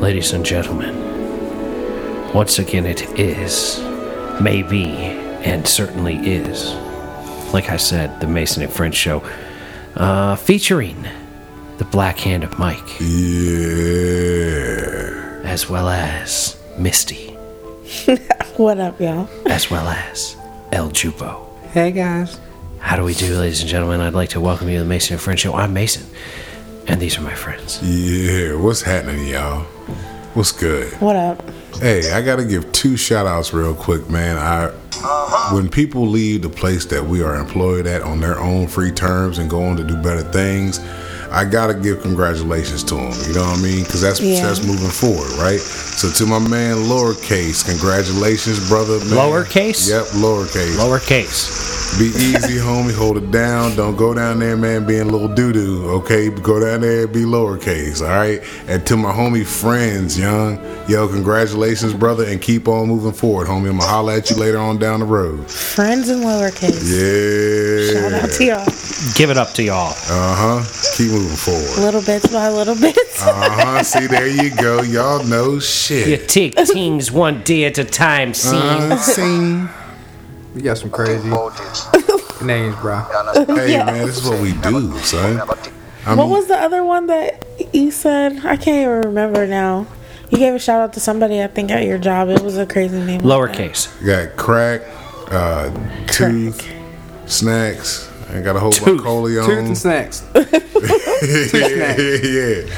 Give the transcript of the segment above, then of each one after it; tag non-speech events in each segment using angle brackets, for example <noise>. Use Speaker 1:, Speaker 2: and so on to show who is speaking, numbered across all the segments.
Speaker 1: Ladies and gentlemen, once again it is, may be, and certainly is, like I said, the Mason and French show, uh, featuring the Black Hand of Mike. As well as Misty,
Speaker 2: What up, y'all?
Speaker 1: as well as El Jupo.
Speaker 3: Hey guys.
Speaker 1: How do we do, ladies and gentlemen? I'd like to welcome you to the Mason and Friend Show. I'm Mason, and these are my friends.
Speaker 3: Yeah, what's happening, y'all? What's good?
Speaker 2: What up?
Speaker 3: Hey, I gotta give two shout outs real quick, man. I when people leave the place that we are employed at on their own free terms and go on to do better things, I gotta give congratulations to them. You know what I mean? Because that's
Speaker 2: Yeah.
Speaker 3: that's moving forward, right? So to my man, lowercase, congratulations, brother. Man.
Speaker 1: Lowercase?
Speaker 3: Yep, lowercase.
Speaker 1: Lowercase.
Speaker 3: Be easy, homie. Hold it down. Don't go down there, man, being little doo doo. Okay, go down there, be lowercase. All right. And to my homie friends, young, yo, congratulations, brother, and keep on moving forward, homie. I'ma holler at you later on down the road.
Speaker 2: Friends in lowercase. Shout out
Speaker 3: Yeah.
Speaker 2: to y'all.
Speaker 1: Give it up to y'all.
Speaker 3: Uh huh. Keep moving forward.
Speaker 2: Little bits by little bits.
Speaker 3: Uh huh. See, there you go. Y'all know
Speaker 1: You <laughs>
Speaker 3: shit.
Speaker 1: take things one day at a time, see?
Speaker 3: Unseen.
Speaker 4: You got some crazy names, bro.
Speaker 2: <laughs>
Speaker 3: Hey,
Speaker 2: Yeah.
Speaker 3: man, this is what we do, son. I
Speaker 2: What
Speaker 3: mean,
Speaker 2: was the other one that you said? I can't even remember now. You gave a shout out to somebody, I think, at your job. It was a crazy name.
Speaker 1: Lowercase.
Speaker 3: got crack, uh, tooth, snacks. I got a whole
Speaker 1: Tooth.
Speaker 3: bunch of
Speaker 4: Tooth and
Speaker 3: <laughs>
Speaker 4: snacks.
Speaker 3: yeah, yeah,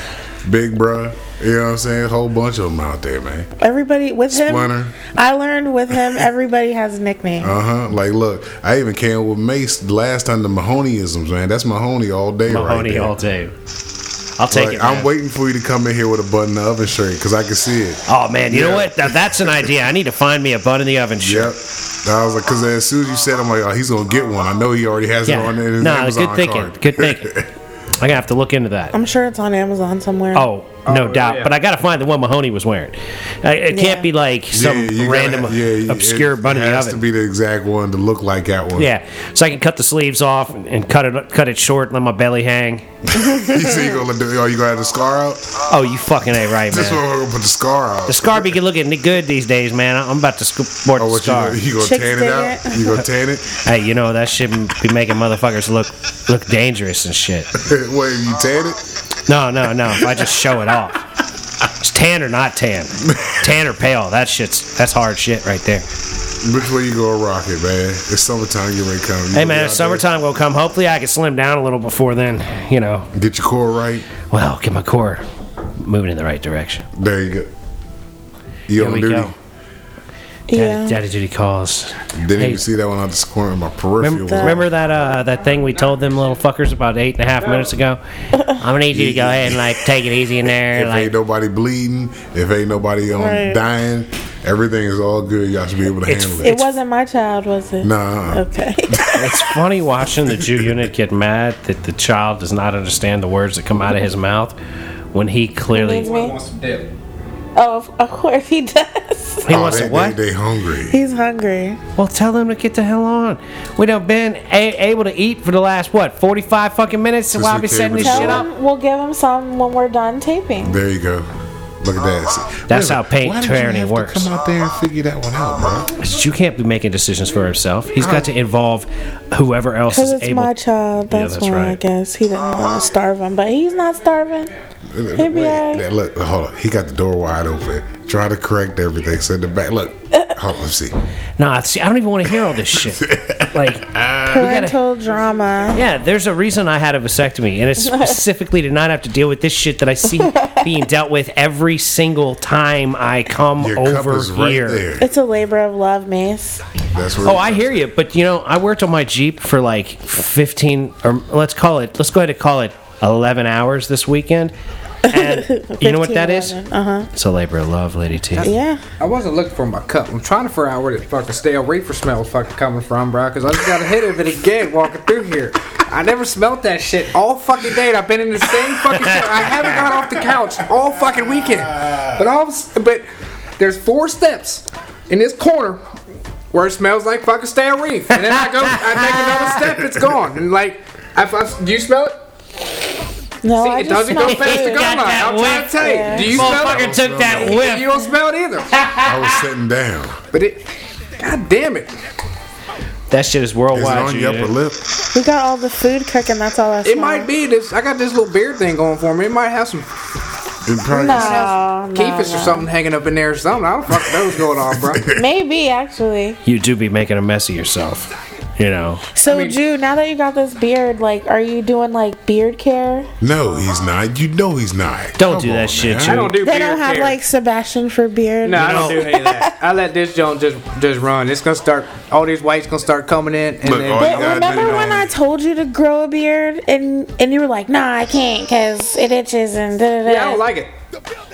Speaker 3: big bruh. You know what I'm saying? Whole bunch of them out there, man.
Speaker 2: Everybody with
Speaker 3: Splinter.
Speaker 2: him. I learned with him, everybody has a nickname.
Speaker 3: Uh huh. Like, look, I even came with Mace last time. The Mahoneyisms, man. That's Mahoney all day, right
Speaker 1: Mahoney
Speaker 3: there.
Speaker 1: all day. I'll take
Speaker 3: Like,
Speaker 1: it.
Speaker 3: I'm
Speaker 1: man.
Speaker 3: waiting for you to come in here with a button oven shirt because I can see it.
Speaker 1: Oh, man, you know
Speaker 3: Yeah.
Speaker 1: what? Now, that's an idea. I need to find me a bun in the oven shirt.
Speaker 3: Yep. I was like, because as soon as you said, I'm like, oh, he's gonna get one. I know he already has it
Speaker 1: Yeah.
Speaker 3: on there. in his
Speaker 1: No,
Speaker 3: Amazon
Speaker 1: good thinking.
Speaker 3: cart.
Speaker 1: Good
Speaker 3: <laughs>
Speaker 1: thinking. I'm going to have to look into that.
Speaker 2: I'm sure it's on Amazon somewhere.
Speaker 1: Oh, no
Speaker 4: Oh,
Speaker 1: doubt.
Speaker 4: yeah.
Speaker 1: But I got to find the one Mahoney was wearing. I- It can't
Speaker 2: Yeah.
Speaker 1: be like some
Speaker 3: you gotta-
Speaker 1: random
Speaker 3: you-
Speaker 1: obscure
Speaker 3: it
Speaker 1: bun in the
Speaker 3: has
Speaker 1: oven.
Speaker 3: to be the exact one to look like that one. <laughs>
Speaker 1: Yeah, so I can cut the sleeves off and, and cut it cut it short, let my belly hang.
Speaker 3: you see, you gonna do? Oh, you gonna have the scar out?
Speaker 1: Oh, you fucking ain't right,
Speaker 3: This
Speaker 1: man.
Speaker 3: one gonna put the scar out.
Speaker 1: The scar be looking good these days, man. I'm about to scoop board
Speaker 3: Oh,
Speaker 1: the
Speaker 3: what
Speaker 1: scar.
Speaker 3: you <laughs> gonna, you gonna
Speaker 2: Chicks
Speaker 3: tan it
Speaker 2: did
Speaker 3: out?
Speaker 2: it.
Speaker 3: You gonna tan it? <laughs>
Speaker 1: Hey, you know that shit be making motherfuckers look look dangerous and shit.
Speaker 3: Wait, you tan it?
Speaker 1: No, no, no. If I just show it off, it's tan or not tan, tan or pale. That shit's that's hard shit right there.
Speaker 3: Which way you gonna rock it, man? It's summertime. You ready to come? You
Speaker 1: Hey
Speaker 3: gonna be
Speaker 1: man,
Speaker 3: out
Speaker 1: if summertime will come, hopefully I can slim down a little before then. You know,
Speaker 3: there. Get your core right.
Speaker 1: well, get my core moving in the right direction.
Speaker 3: There you go. You
Speaker 1: Here
Speaker 3: on
Speaker 1: we
Speaker 3: duty?
Speaker 1: go.
Speaker 2: yeah.
Speaker 1: Daddy, Daddy duty calls.
Speaker 3: Didn't
Speaker 1: Hey.
Speaker 3: even see that one out the corner of my peripheral.
Speaker 1: Remember, remember that uh, that thing we told them little fuckers about eight and a half minutes
Speaker 3: <laughs>
Speaker 1: ago? I'm gonna need you to go ahead and like take it easy in there.
Speaker 3: If ain't
Speaker 1: Like
Speaker 3: nobody bleeding, if ain't nobody um,
Speaker 2: Right.
Speaker 3: dying, everything is all good. Y'all should be able to
Speaker 1: It's-
Speaker 3: handle
Speaker 2: It
Speaker 3: it.
Speaker 2: wasn't my child, was it?
Speaker 3: Nah. uh-uh.
Speaker 2: Okay.
Speaker 1: it's funny watching the Jew unit get mad that the child does not understand the words that come out of his mouth when he clearly
Speaker 2: Excuse me?
Speaker 4: some dip.
Speaker 2: Oh, of- of course
Speaker 1: <laughs>
Speaker 2: he does.
Speaker 1: he
Speaker 3: Oh,
Speaker 1: wants
Speaker 3: they,
Speaker 1: to what?
Speaker 3: They, they hungry.
Speaker 2: He's hungry.
Speaker 1: Well, tell them to get the hell on. We done been a- able to eat for the last what 45 fucking minutes
Speaker 3: Since
Speaker 1: while
Speaker 3: we
Speaker 1: we
Speaker 3: came
Speaker 1: setting this
Speaker 3: to the
Speaker 2: Tell
Speaker 1: shit
Speaker 3: door.
Speaker 1: up.
Speaker 2: him we'll give him some when we're done taping.
Speaker 3: There you go. Look at that.
Speaker 1: That's
Speaker 3: Wait a
Speaker 1: how
Speaker 3: minute.
Speaker 1: paint
Speaker 3: Why did you
Speaker 1: tyranny
Speaker 3: have to
Speaker 1: works.
Speaker 3: Come out there and figure that one out, bro.
Speaker 1: You can't be making decisions for himself. He's got to involve whoever else
Speaker 2: Because
Speaker 1: is
Speaker 2: it's
Speaker 1: able.
Speaker 2: my child.
Speaker 1: Yeah,
Speaker 2: That's,
Speaker 1: that's
Speaker 2: why I
Speaker 1: right.
Speaker 2: guess he didn't
Speaker 4: Uh-huh.
Speaker 2: want to starve him, but he's not starving.
Speaker 3: Wait,
Speaker 2: He'll be all right.
Speaker 3: yeah, look, hold on. He got the door wide open. Try to correct everything. Send it back. Look, hold on, let's see.
Speaker 1: Nah, see, I don't even want to hear all this shit.
Speaker 3: <laughs>
Speaker 1: Like,
Speaker 4: <laughs>
Speaker 2: Parental drama.
Speaker 1: Yeah, there's a reason I had a vasectomy, and it's specifically to not have to deal with this shit that I
Speaker 4: <laughs>
Speaker 1: see being dealt with every single time I come
Speaker 3: Your cup
Speaker 1: over
Speaker 3: is right
Speaker 1: here.
Speaker 3: there.
Speaker 2: It's a labor of love, Mace.
Speaker 3: That's where
Speaker 1: Oh, I hear you, but you know, I worked on my Jeep for like 15, or let's call it, let's go ahead and call it 11 hours this weekend.
Speaker 4: <laughs>
Speaker 1: And you know what that is?
Speaker 2: Uh
Speaker 4: uh-huh.
Speaker 2: huh.
Speaker 1: It's a labor of love, Lady T.
Speaker 2: Yeah.
Speaker 4: I wasn't looking for my cup. I'm trying to figure out where this fucking stale reefer smell is fucking coming from, bro. Because I just got a hit of it again walking through here. I never smelt that shit all fucking day. And I've been in the same fucking. Store. I haven't got off the couch all fucking weekend. But all, of a s- but there's four steps in this corner where it smells like fucking stale reef. And then I go, I take another step, it's gone. And like, I, I, do you smell it?
Speaker 2: No,
Speaker 4: See,
Speaker 2: I
Speaker 4: it
Speaker 2: just
Speaker 4: doesn't go
Speaker 2: smell
Speaker 4: fast
Speaker 2: <laughs>
Speaker 4: to
Speaker 2: food.
Speaker 4: go by. I'm trying to tell you. Do you smell
Speaker 1: Motherfucker
Speaker 4: it?
Speaker 1: took that
Speaker 4: You
Speaker 1: whiff.
Speaker 4: don't smell it either.
Speaker 3: I was sitting down.
Speaker 4: But it, god damn it.
Speaker 1: That shit is
Speaker 3: Is it
Speaker 1: worldwide.
Speaker 3: on your upper
Speaker 1: Junior.
Speaker 3: lip?
Speaker 2: We got all the food cooking. That's all I smell.
Speaker 4: It might be this. I got this little beard thing going for me. It might have some
Speaker 3: It probably
Speaker 2: No, no,
Speaker 4: kephis or
Speaker 2: no.
Speaker 4: something hanging up in there or something. I don't fucking know what's going on, bro.
Speaker 2: Maybe actually.
Speaker 1: you do be making a mess of yourself. You know.
Speaker 2: So, Drew, now that you got this beard, like, are you doing like beard care?
Speaker 3: No, he's not. You know he's not.
Speaker 1: Don't do that shit,
Speaker 4: <laughs> I
Speaker 1: you-
Speaker 4: don't do
Speaker 2: They
Speaker 4: beard
Speaker 2: don't have
Speaker 4: care.
Speaker 2: like Sebastian for beard.
Speaker 4: No, I don't do any of that. <laughs> I let this joint just just run. It's gonna start. All these whites gonna start coming in, and
Speaker 3: Look,
Speaker 4: then
Speaker 3: all you
Speaker 2: But
Speaker 3: gotta do
Speaker 2: remember
Speaker 3: now
Speaker 2: when
Speaker 3: is-
Speaker 2: I told you to grow a beard and and you were like, nah, I can't because it itches and da da da.
Speaker 4: yeah, I don't like it.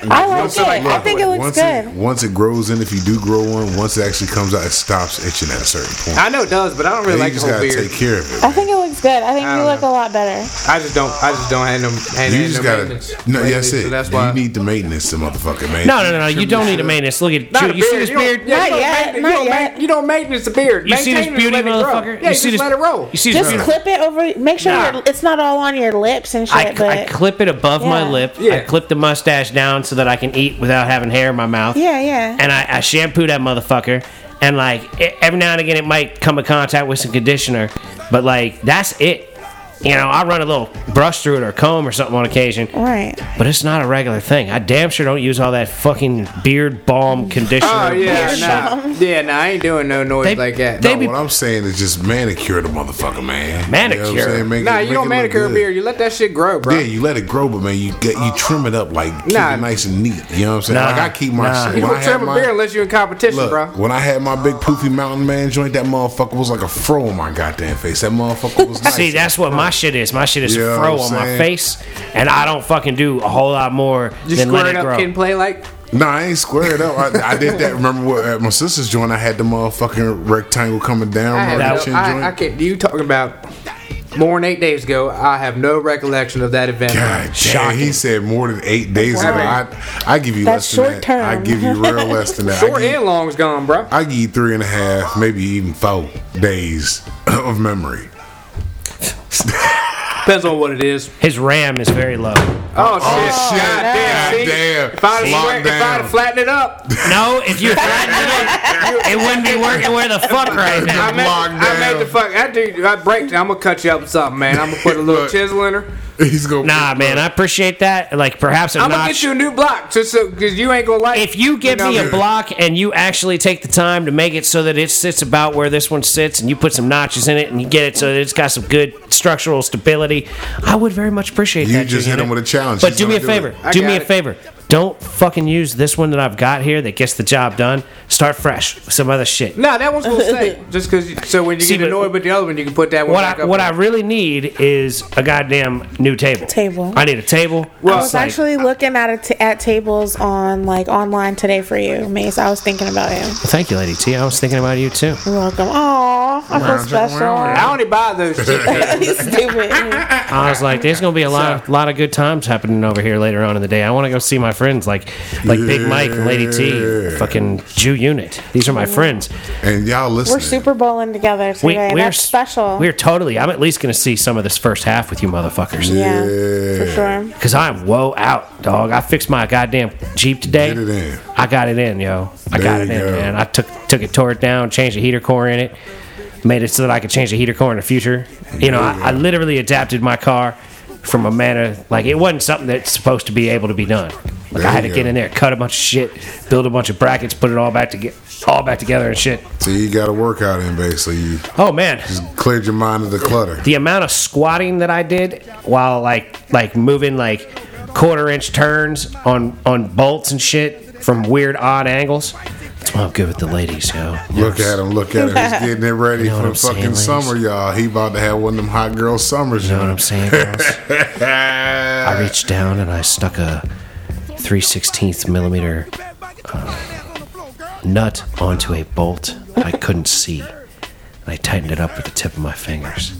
Speaker 2: I like it.
Speaker 4: Look,
Speaker 2: I think it looks
Speaker 3: once
Speaker 2: good.
Speaker 3: It, once it grows in, if you do grow one, once it actually comes out, it stops itching at a certain point.
Speaker 4: I know it does, but I don't really
Speaker 3: Then
Speaker 4: like
Speaker 3: you
Speaker 4: the
Speaker 3: just
Speaker 4: whole
Speaker 3: gotta
Speaker 4: beard.
Speaker 3: take care of it.
Speaker 2: I think it looks good. I think
Speaker 4: I
Speaker 2: you
Speaker 4: don't
Speaker 2: look
Speaker 4: know.
Speaker 2: a lot better.
Speaker 4: I just don't. I just don't hand them. Hand
Speaker 3: You
Speaker 4: hand
Speaker 3: just
Speaker 4: them
Speaker 3: gotta.
Speaker 4: maintenance
Speaker 3: No,
Speaker 4: lately,
Speaker 3: that's it.
Speaker 4: So that's
Speaker 3: you
Speaker 4: why
Speaker 3: need to maintenance the motherfucker, man.
Speaker 1: No, no, no, no. You don't need a maintenance. Look at
Speaker 4: Not
Speaker 1: you.
Speaker 4: a
Speaker 1: You see
Speaker 4: beard,
Speaker 1: this
Speaker 4: you don't-
Speaker 1: beard?
Speaker 4: Yeah, you
Speaker 2: Not
Speaker 4: don't
Speaker 2: yet,
Speaker 4: maintain-
Speaker 2: not
Speaker 4: you don't
Speaker 2: yet.
Speaker 4: ma- You don't maintenance the beard.
Speaker 1: You see this
Speaker 4: Maintain it,
Speaker 1: beauty,
Speaker 4: let it grow.
Speaker 1: motherfucker?
Speaker 4: Yeah,
Speaker 1: you
Speaker 4: you
Speaker 1: see
Speaker 4: just
Speaker 1: this?
Speaker 4: let it roll.
Speaker 1: You see this
Speaker 2: Just
Speaker 1: beauty?
Speaker 2: clip it over. Make sure
Speaker 4: Nah.
Speaker 2: your, it's not all on your lips and shit.
Speaker 1: I,
Speaker 2: but
Speaker 1: I clip it above my
Speaker 2: Yeah.
Speaker 1: lip. I
Speaker 4: Yeah.
Speaker 1: clip the mustache down so that I can eat without having hair in my mouth.
Speaker 2: yeah, yeah.
Speaker 1: And I, I shampoo that motherfucker. And like e- every now and again, it might come in contact with some conditioner, but like that's it. You know, I run a little brush through it or comb or something on occasion,
Speaker 2: right.
Speaker 1: but it's not a regular thing. I damn sure don't use all that fucking beard balm conditioner.
Speaker 4: Oh yeah,
Speaker 1: bullshit.
Speaker 4: nah. yeah, nah. I ain't doing no noise
Speaker 1: They-
Speaker 4: like that.
Speaker 1: they
Speaker 3: No,
Speaker 1: be-
Speaker 3: what I'm saying is just manicure the motherfucker, man. You know what
Speaker 1: Manicure?
Speaker 3: I'm saying? Make it-
Speaker 4: nah,
Speaker 3: make
Speaker 4: you
Speaker 3: it
Speaker 4: don't
Speaker 3: look
Speaker 4: manicure a
Speaker 3: good.
Speaker 4: beard. You let that shit grow, bro.
Speaker 3: Yeah, you let it grow, but man, you get you trim it up like keep
Speaker 4: Nah.
Speaker 3: it nice and neat. You know what I'm saying?
Speaker 1: Nah,
Speaker 3: Like I keep my
Speaker 1: nah.
Speaker 3: shit.
Speaker 4: You
Speaker 3: When
Speaker 4: don't
Speaker 3: I
Speaker 4: trim
Speaker 3: had
Speaker 4: a
Speaker 3: my-
Speaker 4: beard unless you're in competition,
Speaker 3: Look,
Speaker 4: bro.
Speaker 3: when I had my big poofy mountain man joint, that motherfucker was like a fro on my goddamn face. That motherfucker was
Speaker 1: <laughs>
Speaker 3: nice.
Speaker 1: See, that's what my shit is. My shit is
Speaker 3: You know
Speaker 1: fro on
Speaker 3: what I'm
Speaker 1: my
Speaker 3: saying?
Speaker 1: face, and I don't fucking do a whole lot more
Speaker 4: You
Speaker 1: than
Speaker 4: square
Speaker 1: let
Speaker 4: it
Speaker 1: it
Speaker 4: up,
Speaker 1: grow.
Speaker 4: kid, and play like.
Speaker 3: No, I ain't squared up. I, I did that. Remember what, at my sister's joint? I had the motherfucking rectangle coming down.
Speaker 4: I,
Speaker 3: my
Speaker 4: have
Speaker 3: chin
Speaker 4: no, I, I
Speaker 3: joint.
Speaker 4: can't. You talking about more than eight days ago? I have no recollection of that event.
Speaker 3: God damn,
Speaker 1: Shocking.
Speaker 3: he said more than eight days ago. I, I give you
Speaker 2: That's
Speaker 3: less than
Speaker 2: short
Speaker 3: that. I
Speaker 2: term.
Speaker 3: give you real less than that. I
Speaker 4: Short
Speaker 3: give-
Speaker 4: and long's gone, bro.
Speaker 3: I give you three and a half, maybe even four days of memory. <laughs>
Speaker 4: Depends on what it is.
Speaker 1: His RAM is very low.
Speaker 4: Oh, shit!
Speaker 3: shit.
Speaker 4: God damn!
Speaker 3: God
Speaker 4: see?
Speaker 3: damn.
Speaker 4: If I'd
Speaker 3: Locked
Speaker 4: square- if
Speaker 3: down.
Speaker 4: I'd flattened it up,
Speaker 1: No, if
Speaker 4: <laughs>
Speaker 1: you flattened it, it wouldn't be working where the fuck right
Speaker 4: I
Speaker 1: now.
Speaker 4: made, I
Speaker 3: Lockdown.
Speaker 4: made the fuck. I do. I break. I'm gonna cut you up with something, man. I'm gonna put a little
Speaker 3: <laughs> Look.
Speaker 4: chisel in her.
Speaker 3: He's gonna
Speaker 1: Nah, man, I appreciate that. Like perhaps a
Speaker 4: I'm gonna
Speaker 1: notch.
Speaker 4: get you a new block just so because you ain't gonna like.
Speaker 1: if you give
Speaker 4: the
Speaker 1: me a
Speaker 4: number.
Speaker 1: block and you actually take the time to make it so that it sits about where this one sits, and you put some notches in it, and you get it so that it's got some good structural stability, I would very much appreciate
Speaker 3: You
Speaker 1: that.
Speaker 3: just hit
Speaker 1: Junior.
Speaker 3: him with a challenge.
Speaker 1: But
Speaker 3: He's
Speaker 1: do me a
Speaker 3: gonna do
Speaker 1: favor.
Speaker 3: it.
Speaker 4: I
Speaker 1: Do
Speaker 4: got
Speaker 1: me a
Speaker 4: it.
Speaker 1: favor. Don't fucking use this one that I've got here that gets the job done. Start fresh with some other shit.
Speaker 4: Nah, that one's gonna
Speaker 1: <laughs>
Speaker 4: stay. Just because. So when you
Speaker 1: See,
Speaker 4: get
Speaker 1: but-
Speaker 4: annoyed with the other one, you can put that one
Speaker 1: What
Speaker 4: back
Speaker 1: I
Speaker 4: up.
Speaker 1: what I
Speaker 4: there.
Speaker 1: really need is a goddamn new table.
Speaker 2: Table.
Speaker 1: I need a table.
Speaker 2: I
Speaker 4: Well,
Speaker 1: It's
Speaker 2: was
Speaker 1: like-
Speaker 2: actually looking at it at tables on like online today for you, Mace. I was thinking about you.
Speaker 1: Thank you, Lady T. I was thinking about you too.
Speaker 2: You're welcome. Aw, I feel
Speaker 3: Round, round,
Speaker 4: I
Speaker 2: <laughs> special.
Speaker 4: only buy those cheap
Speaker 1: <laughs>
Speaker 2: Stupid.
Speaker 1: I was like, "There's gonna be a lot, of, lot of good times happening over here later on in the day. I want to go see my friends, like, like Big Mike and Lady T,
Speaker 3: Yeah.
Speaker 1: fucking Jew Unit. These are my
Speaker 2: Mm-hmm.
Speaker 1: friends.
Speaker 3: and y'all listen.
Speaker 2: We're Super Bowling together
Speaker 1: We,
Speaker 2: today.
Speaker 1: we're
Speaker 2: That's special.
Speaker 1: We're totally. I'm at least gonna see some of this first half with you, motherfuckers.
Speaker 2: yeah, for
Speaker 3: Yeah.
Speaker 2: sure.
Speaker 1: Cause I'm woe out, dog. I fixed my goddamn Jeep today.
Speaker 3: Get it in.
Speaker 1: I got it in, yo. I got
Speaker 3: There
Speaker 1: it
Speaker 3: you
Speaker 1: in,
Speaker 3: go.
Speaker 1: man. I took took it, tore it down, changed the heater core in it, made it so that I could change the heater core in the future. You know,
Speaker 3: There
Speaker 1: I,
Speaker 3: you
Speaker 1: I
Speaker 3: go.
Speaker 1: literally adapted my car from a manner like it wasn't something that's supposed to be able to be done. Like
Speaker 3: There
Speaker 1: I had to
Speaker 3: you
Speaker 1: get
Speaker 3: go.
Speaker 1: in there, cut a bunch of shit, build a bunch of brackets, put it all back to get all back together and shit.
Speaker 3: So you got a workout in, basically. You
Speaker 1: Oh man,
Speaker 3: cleared your mind of the clutter.
Speaker 1: the amount of squatting that I did while like like moving like quarter inch turns on on bolts and shit from weird odd angles. That's why I'm good with the ladies, yo.
Speaker 3: Look at him, look at him.
Speaker 2: <laughs>
Speaker 3: He's getting it ready
Speaker 1: know what
Speaker 3: for
Speaker 1: I'm
Speaker 3: the
Speaker 1: saying,
Speaker 3: fucking
Speaker 1: ladies?
Speaker 3: summer, y'all. He about to have one of them hot girl summers, Ah,
Speaker 1: You know what I'm Ah, saying,
Speaker 3: <laughs>
Speaker 1: girls? I
Speaker 3: I
Speaker 1: reached down and I stuck a 3 16th millimeter uh, nut onto a bolt I couldn't see. And I tightened it up with the tip of my fingers.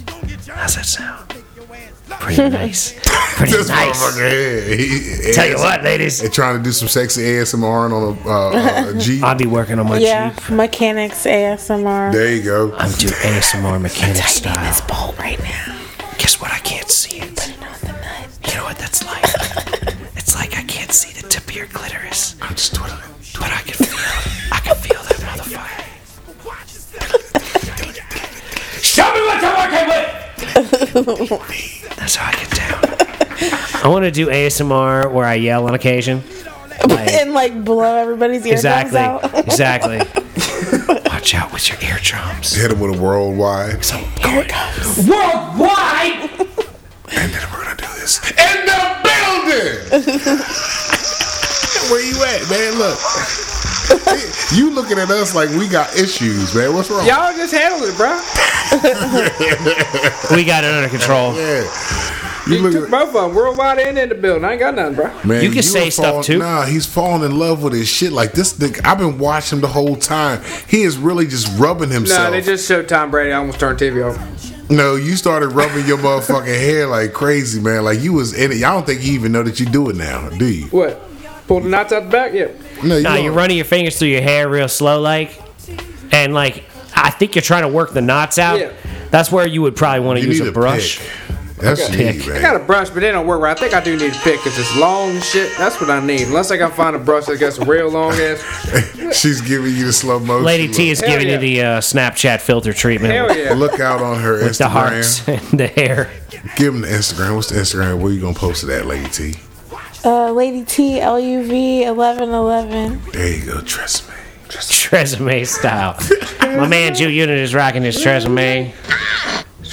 Speaker 1: How's that sound? Pretty
Speaker 3: <laughs>
Speaker 1: nice. Pretty
Speaker 3: This
Speaker 1: nice.
Speaker 3: motherfucker, yeah, he- he-
Speaker 1: Tell you what, ladies,
Speaker 3: They trying to do some sexy ASMR on a, uh, a Jeep.
Speaker 1: I'll be working on my
Speaker 2: Yeah,
Speaker 1: Jeep.
Speaker 2: mechanics ASMR.
Speaker 3: There you go.
Speaker 1: I'm doing ASMR mechanic
Speaker 2: Tightening
Speaker 1: style.
Speaker 2: this bolt right now.
Speaker 1: Guess what? I can't see it.
Speaker 2: Put it on the nut.
Speaker 1: You know what that's like.
Speaker 2: <laughs>
Speaker 1: it's like I can't see the tip of your clitoris,
Speaker 3: I'm just twiddling.
Speaker 1: but I can feel it. I can feel that motherfucker. Show me what you're working with! That's how I get down. I want to do ASMR where I yell on occasion. Like,
Speaker 2: and like blow everybody's eardrums
Speaker 1: exactly.
Speaker 2: out.
Speaker 1: Exactly. Watch out with your eardrums.
Speaker 3: Hit him with a worldwide.
Speaker 1: So here it
Speaker 4: Worldwide!
Speaker 3: And then we're gonna do this in the building. <laughs> Where you at, man? Look, you looking at us like we got issues, man. What's wrong?
Speaker 4: Y'all just handle it, bro.
Speaker 1: We got it under control.
Speaker 3: Yeah, you
Speaker 4: You
Speaker 3: looking.
Speaker 4: took both of them. Worldwide and in the building. I ain't got nothing, bro.
Speaker 3: Man,
Speaker 1: You can say
Speaker 3: are
Speaker 1: stuff,
Speaker 3: falling-
Speaker 1: too.
Speaker 3: Nah, he's falling in love with his shit. Like this nigga, I've been watching him the whole time. He is really just rubbing himself.
Speaker 4: Nah, they just showed Tom Brady. I almost turned TV off.
Speaker 3: No, you started rubbing your motherfucking hair like crazy, man. Like you was in it. I don't think you even know that you do it now, do you?
Speaker 4: What? Pull the knots out the back? Yeah.
Speaker 3: No, you
Speaker 1: Now
Speaker 3: don't.
Speaker 1: you're running your fingers through your hair real slow, like, and like I think you're trying to work the knots out.
Speaker 4: Yeah.
Speaker 1: That's where you would probably want to
Speaker 3: You
Speaker 1: use
Speaker 3: need
Speaker 1: a brush.
Speaker 3: Pick. That's what you
Speaker 1: Pick.
Speaker 3: need,
Speaker 4: I
Speaker 3: man.
Speaker 4: got a brush, but they don't work right. I think I do need a pick because it's long and shit. That's what I need. Unless I can find a brush that gets real long ass.
Speaker 3: <laughs> She's giving you the slow motion.
Speaker 1: Lady
Speaker 3: look.
Speaker 1: T is
Speaker 4: Hell
Speaker 1: giving
Speaker 4: yeah.
Speaker 1: you the uh, Snapchat filter treatment.
Speaker 4: Hell
Speaker 1: with
Speaker 3: <laughs>
Speaker 4: yeah.
Speaker 3: Look out on her
Speaker 1: The hearts <laughs>
Speaker 3: Instagram.
Speaker 1: and the
Speaker 3: <laughs>
Speaker 1: hair.
Speaker 3: Give him the Instagram. What's the Instagram? Where you gonna post it at, Lady T?
Speaker 2: Uh, Lady T L U V eleven eleven.
Speaker 3: There you go, trust me.
Speaker 1: Tresemme style. My man Jew Unit is rocking his Tresemme.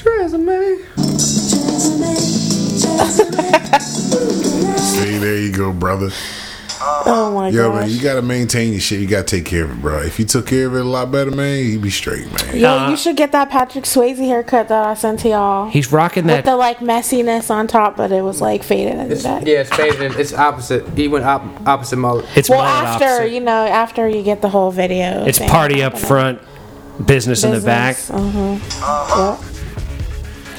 Speaker 4: Resume.
Speaker 3: See, there you go, brother.
Speaker 2: Oh my
Speaker 3: Yo,
Speaker 2: gosh.
Speaker 3: man, you gotta maintain your shit. You gotta take care of it, bro. If you took care of it a lot better, man, you'd be straight, man.
Speaker 2: Yo,
Speaker 1: Uh,
Speaker 2: you should get that Patrick Swayze haircut that I sent to y'all.
Speaker 1: He's rocking
Speaker 2: with
Speaker 1: that.
Speaker 2: the like messiness on top, but it was like faded at the back.
Speaker 4: Yeah, it's faded. in- It's opposite. He went op- opposite mode.
Speaker 1: it's
Speaker 2: Well,
Speaker 1: mullet
Speaker 2: after
Speaker 1: opposite.
Speaker 2: you know, after you get the whole video,
Speaker 1: It's
Speaker 2: thing
Speaker 1: party up
Speaker 2: happening.
Speaker 1: front, business, in the back.
Speaker 2: Business, mhm. Yep.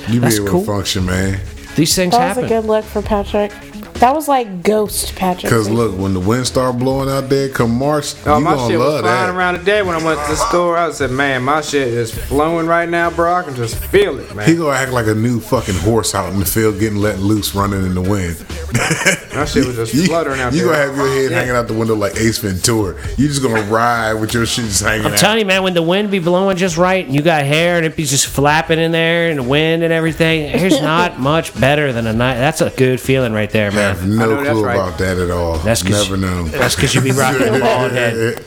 Speaker 3: You be
Speaker 1: That's
Speaker 3: able
Speaker 1: cool.
Speaker 3: to function, man.
Speaker 1: These things
Speaker 2: That was
Speaker 1: happen.
Speaker 2: a good look for Patrick. That was like ghost Patrick.
Speaker 3: Cause look, when the wind start blowing out there, come March,
Speaker 4: Oh,
Speaker 3: you
Speaker 4: my
Speaker 3: gonna
Speaker 4: shit was
Speaker 3: love
Speaker 4: flying
Speaker 3: that.
Speaker 4: around today when I went to the store. I said, man, my shit is flowing right now, bro. I can just feel it,
Speaker 3: He
Speaker 4: man.
Speaker 3: gonna act like a new fucking horse out in the field, getting let loose, running in the wind.
Speaker 4: My shit was just
Speaker 3: <laughs> you,
Speaker 4: fluttering out
Speaker 3: you
Speaker 4: there.
Speaker 3: gonna have your head hanging out the window like Ace Ventura. You just gonna ride with your shit just hanging
Speaker 1: I'm
Speaker 3: out.
Speaker 1: telling you, man, when the wind be blowing just right and you got hair and it be just flapping in there and the wind and everything,
Speaker 3: <laughs>
Speaker 1: there's not much better than a night. That's a good feeling right there, man.
Speaker 3: I have no
Speaker 4: I know that's
Speaker 3: clue
Speaker 4: right.
Speaker 3: about that at all.
Speaker 1: That's 'cause
Speaker 3: never
Speaker 1: you-
Speaker 3: known.
Speaker 1: That's because
Speaker 3: <laughs>
Speaker 1: you be rocking the bald head.